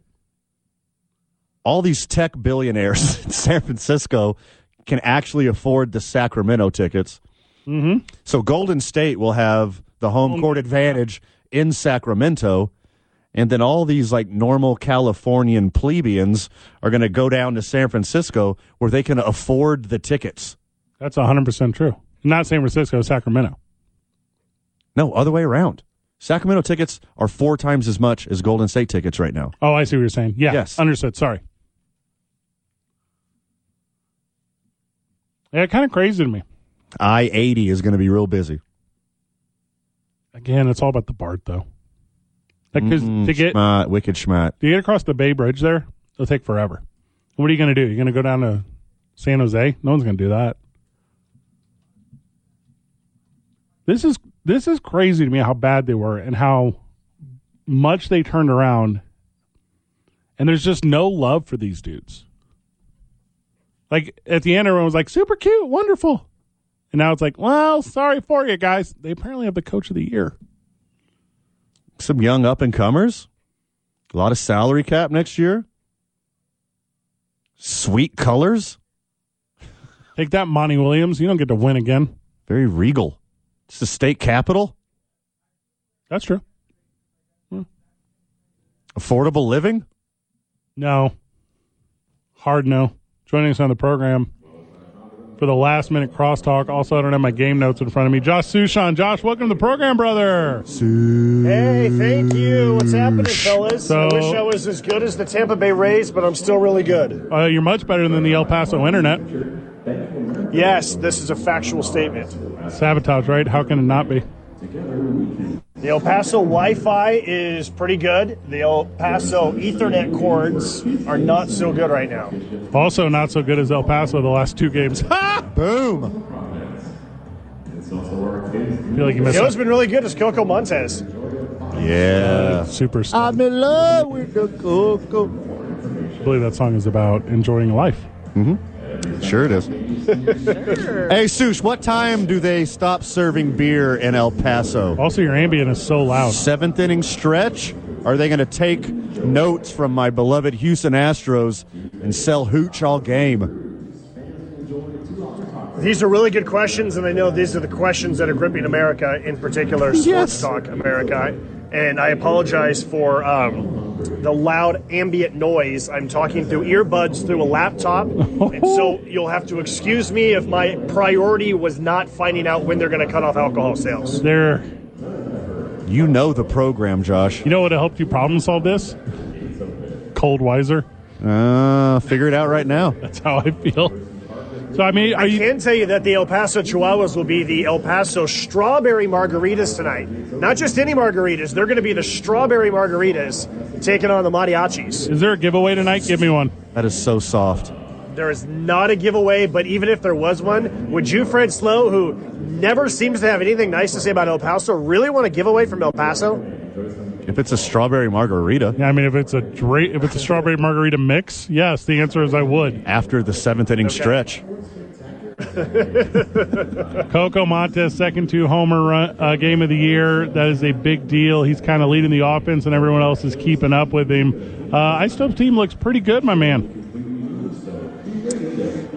All these tech billionaires (laughs) in San Francisco can actually afford the Sacramento tickets. Mm-hmm. So Golden State will have the home court advantage in Sacramento, and then all these like normal Californian plebeians are going to go down to San Francisco where they can afford the tickets. That's 100% true. Not San Francisco, Sacramento. No, other way around. Sacramento tickets are four times as much as Golden State tickets right now. Oh, I see what you're saying. Yeah. Yes. Understood. Sorry. Yeah, kind of crazy to me. I eighty is going to be real busy. Again, it's all about the BART though. Because Mm, to get schmat, wicked schmat. to get across the Bay Bridge there, it'll take forever. What are you going to do? You're going to go down to San Jose? No one's going to do that. This is this is crazy to me how bad they were and how much they turned around. And there's just no love for these dudes. Like at the end, everyone was like, "Super cute, wonderful," and now it's like, "Well, sorry for you guys." They apparently have the coach of the year. Some young up and comers. A lot of salary cap next year. Sweet colors. Take that, Monty Williams. You don't get to win again. Very regal. It's the state capital. That's true. Affordable living. No. Hard no. Joining us on the program for the last minute crosstalk. Also, I don't have my game notes in front of me. Josh Sushan. Josh, welcome to the program, brother. Hey, thank you. What's happening, fellas? I So- wish I was as good as the Tampa Bay Rays, but I'm still really good. Uh, you're much better than the El Paso internet. Yes, this is a factual statement. Sabotage, right? How can it not be? The El Paso Wi Fi is pretty good. The El Paso Ethernet cords are not so good right now. Also, not so good as El Paso the last two games. (laughs) Ha! Boom. I feel like you You know missed what's it. been really good is Coco Montez. Yeah. Super. I I'm in love with the Coco. believe that song is about enjoying life. Mm-hmm. Sure it is. (laughs) Hey, Sush, what time do they stop serving beer in El Paso? Also, your ambient is so loud. Seventh inning stretch? Are they going to take notes from my beloved Houston Astros and sell hooch all game? These are really good questions, and I know these are the questions that are gripping America, in particular Sports Yes. Talk America. And I apologize for um, the loud ambient noise. I'm talking through earbuds through a laptop, and so you'll have to excuse me if my priority was not finding out when they're going to cut off alcohol sales. There, You know the program, Josh. you know what helped you problem solve this? Cold Wiser. Uh, figure it out right now. That's how I feel. So I mean, I can tell you that the El Paso Chihuahuas will be the El Paso strawberry margaritas tonight. Not just any margaritas; they're going to be the strawberry margaritas taking on the mariachis. Is there a giveaway tonight? Give me one. That is so soft. There is not a giveaway, but even if there was one, would you, Fred Slow, who never seems to have anything nice to say about El Paso, really want a giveaway from El Paso? If it's a strawberry margarita Yeah, I mean, if it's a dra- if it's a strawberry margarita mix, yes, the answer is I would. after the seventh inning Okay. stretch, Coco Montes, second two homer run, uh, game of the year. That is a big deal. He's kind of leading the offense, and everyone else is keeping up with him. Uh, I Stubbs team looks pretty good, my man.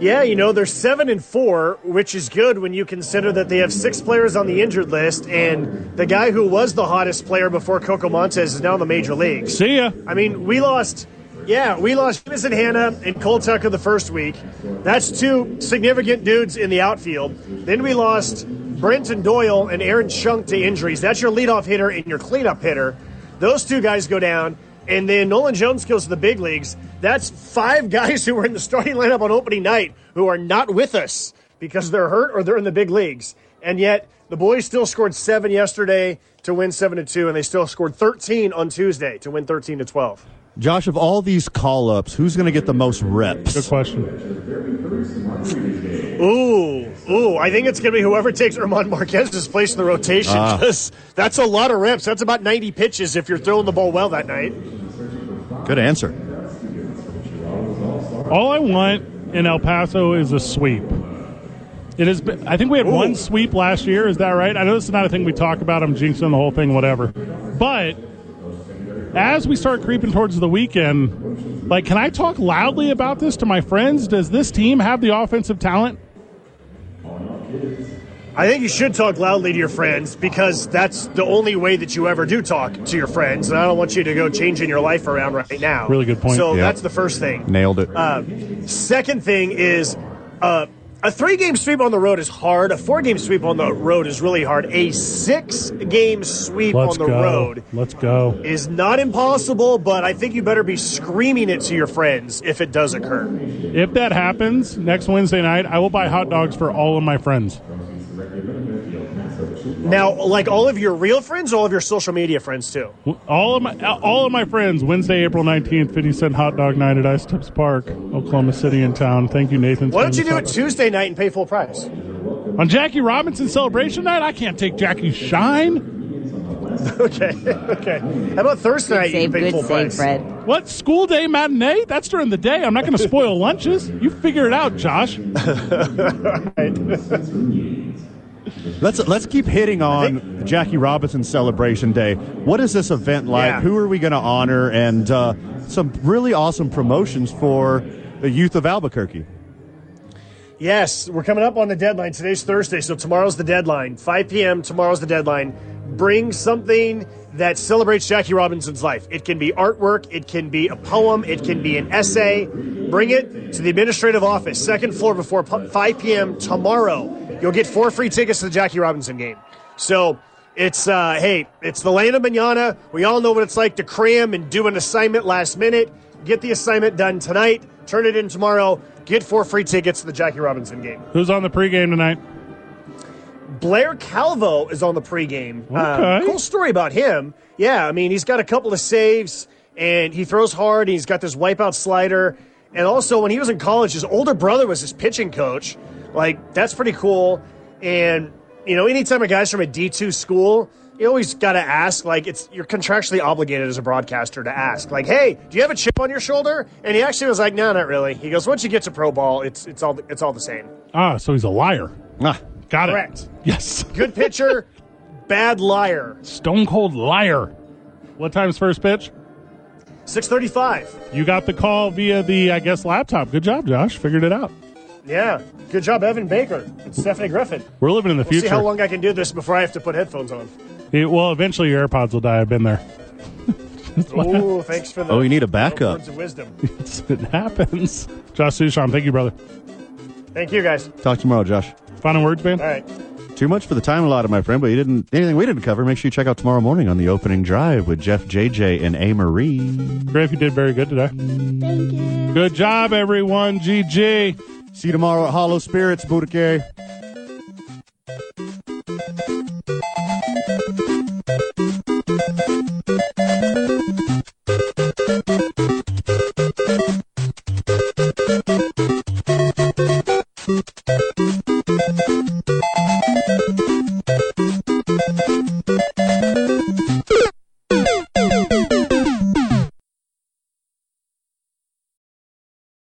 Yeah, you know, they're seven and four, which is good when you consider that they have six players on the injured list, and the guy who was the hottest player before Coco Montes is now in the major leagues. See ya. I mean, we lost. Yeah, we lost Jamison Hanna and Cole Tucker the first week. That's two significant dudes in the outfield. Then we lost Brenton Doyle and Aaron Shunk to injuries. That's your leadoff hitter and your cleanup hitter. Those two guys go down. And then Nolan Jones goes to the big leagues. That's five guys who were in the starting lineup on opening night who are not with us because they're hurt or they're in the big leagues. And yet the boys still scored seven yesterday to win seven to two, and they still scored thirteen on Tuesday to win thirteen to twelve. Josh, of all these call ups, who's going to get the most reps? Good question. Ooh, ooh! I think it's gonna be whoever takes Herman Marquez's place in the rotation Ah. because that's a lot of reps. That's about ninety pitches if you're throwing the ball well that night. Good answer. All I want in El Paso is a sweep. It has been, I think we had one sweep last year. Is that right? I know this is not a thing we talk about. I'm jinxing the whole thing, whatever. But as we start creeping towards the weekend, like, can I talk loudly about this to my friends? Does this team have the offensive talent? I think you should talk loudly to your friends because that's the only way that you ever do talk to your friends. And I don't want you to go changing your life around right now. Really good point. So Yeah. that's the first thing. Nailed it. Uh, second thing is uh, a three game sweep on the road is hard. A four game sweep on the road is really hard. A six game sweep Let's on the go. road Let's go. is not impossible, but I think you better be screaming it to your friends if it does occur. If that happens next Wednesday night, I will buy hot dogs for all of my friends. Now, like all of your real friends, all of your social media friends too. All of my all of my friends. Wednesday, April nineteenth, fifty cent hot dog night at Ice Tips Park, Oklahoma City in town. Thank you, Nathan. Why don't you do it Tuesday night and pay full price? on Jackie Robinson Celebration Night? I can't take Jackie's shine. okay, okay. How about Thursday night? you pay full price? What school day matinee? That's during the day. I'm not (laughs) going to spoil lunches. You figure it out, Josh. Let's let's keep hitting on Jackie Robinson Celebration Day. What is this event like? Who are we going to honor? And uh, some really awesome promotions for the youth of Albuquerque. Yes, we're coming up on the deadline. Today's Thursday, so tomorrow's the deadline. 5 p.m. Tomorrow's the deadline. Bring something that celebrates Jackie Robinson's life. It can be artwork, it can be a poem, it can be an essay. Bring it to the administrative office, second floor, before pu- 5 p.m. tomorrow. You'll get four free tickets to the Jackie Robinson game. So it's uh, hey, it's the land of manana. We all know what it's like to cram and do an assignment last minute. Get the assignment done tonight. Turn it in tomorrow. Get four free tickets to the Jackie Robinson game. Who's on the pregame tonight? Blair Calvo is on the pregame. Uh, Okay. cool story about him. Yeah, I mean, he's got a couple of saves and he throws hard. And he's got this wipeout slider. And also, when he was in college, his older brother was his pitching coach. Like, that's pretty cool. And, you know, anytime a guy's from a D2 school, you always got to ask, like, it's you're contractually obligated as a broadcaster to ask, like, hey, do you have a chip on your shoulder? And he actually was like, no, not really. He goes, once you get to pro ball, it's, it's, all, it's all the same. Ah, so he's a liar. Ah, got Correct. it. Yes. (laughs) Good pitcher, (laughs) bad liar. Stone cold liar. What time's first pitch? 6:35. You got the call via the I guess laptop. Good job, Josh. Figured it out. Yeah. Good job, Evan Baker and Stephanie Griffin. We're living in the we'll future. see how long I can do this before I have to put headphones on. It- well, eventually your AirPods will die. I've been there. (laughs) Ooh, thanks for the. Oh, you need a the backup. Words of wisdom. it happens. Josh Sushan, thank you, brother. Thank you, guys. Talk tomorrow, Josh. Final words, man. All right. Too much for the time allotted, my friend. But you didn't anything we didn't cover. Make sure you check out tomorrow morning on the opening drive with Jeff, JJ, and A Marie. Griff, you did very good today. Thank you. Good job, everyone. GG. See you tomorrow at Hollow Spirits, Budokai.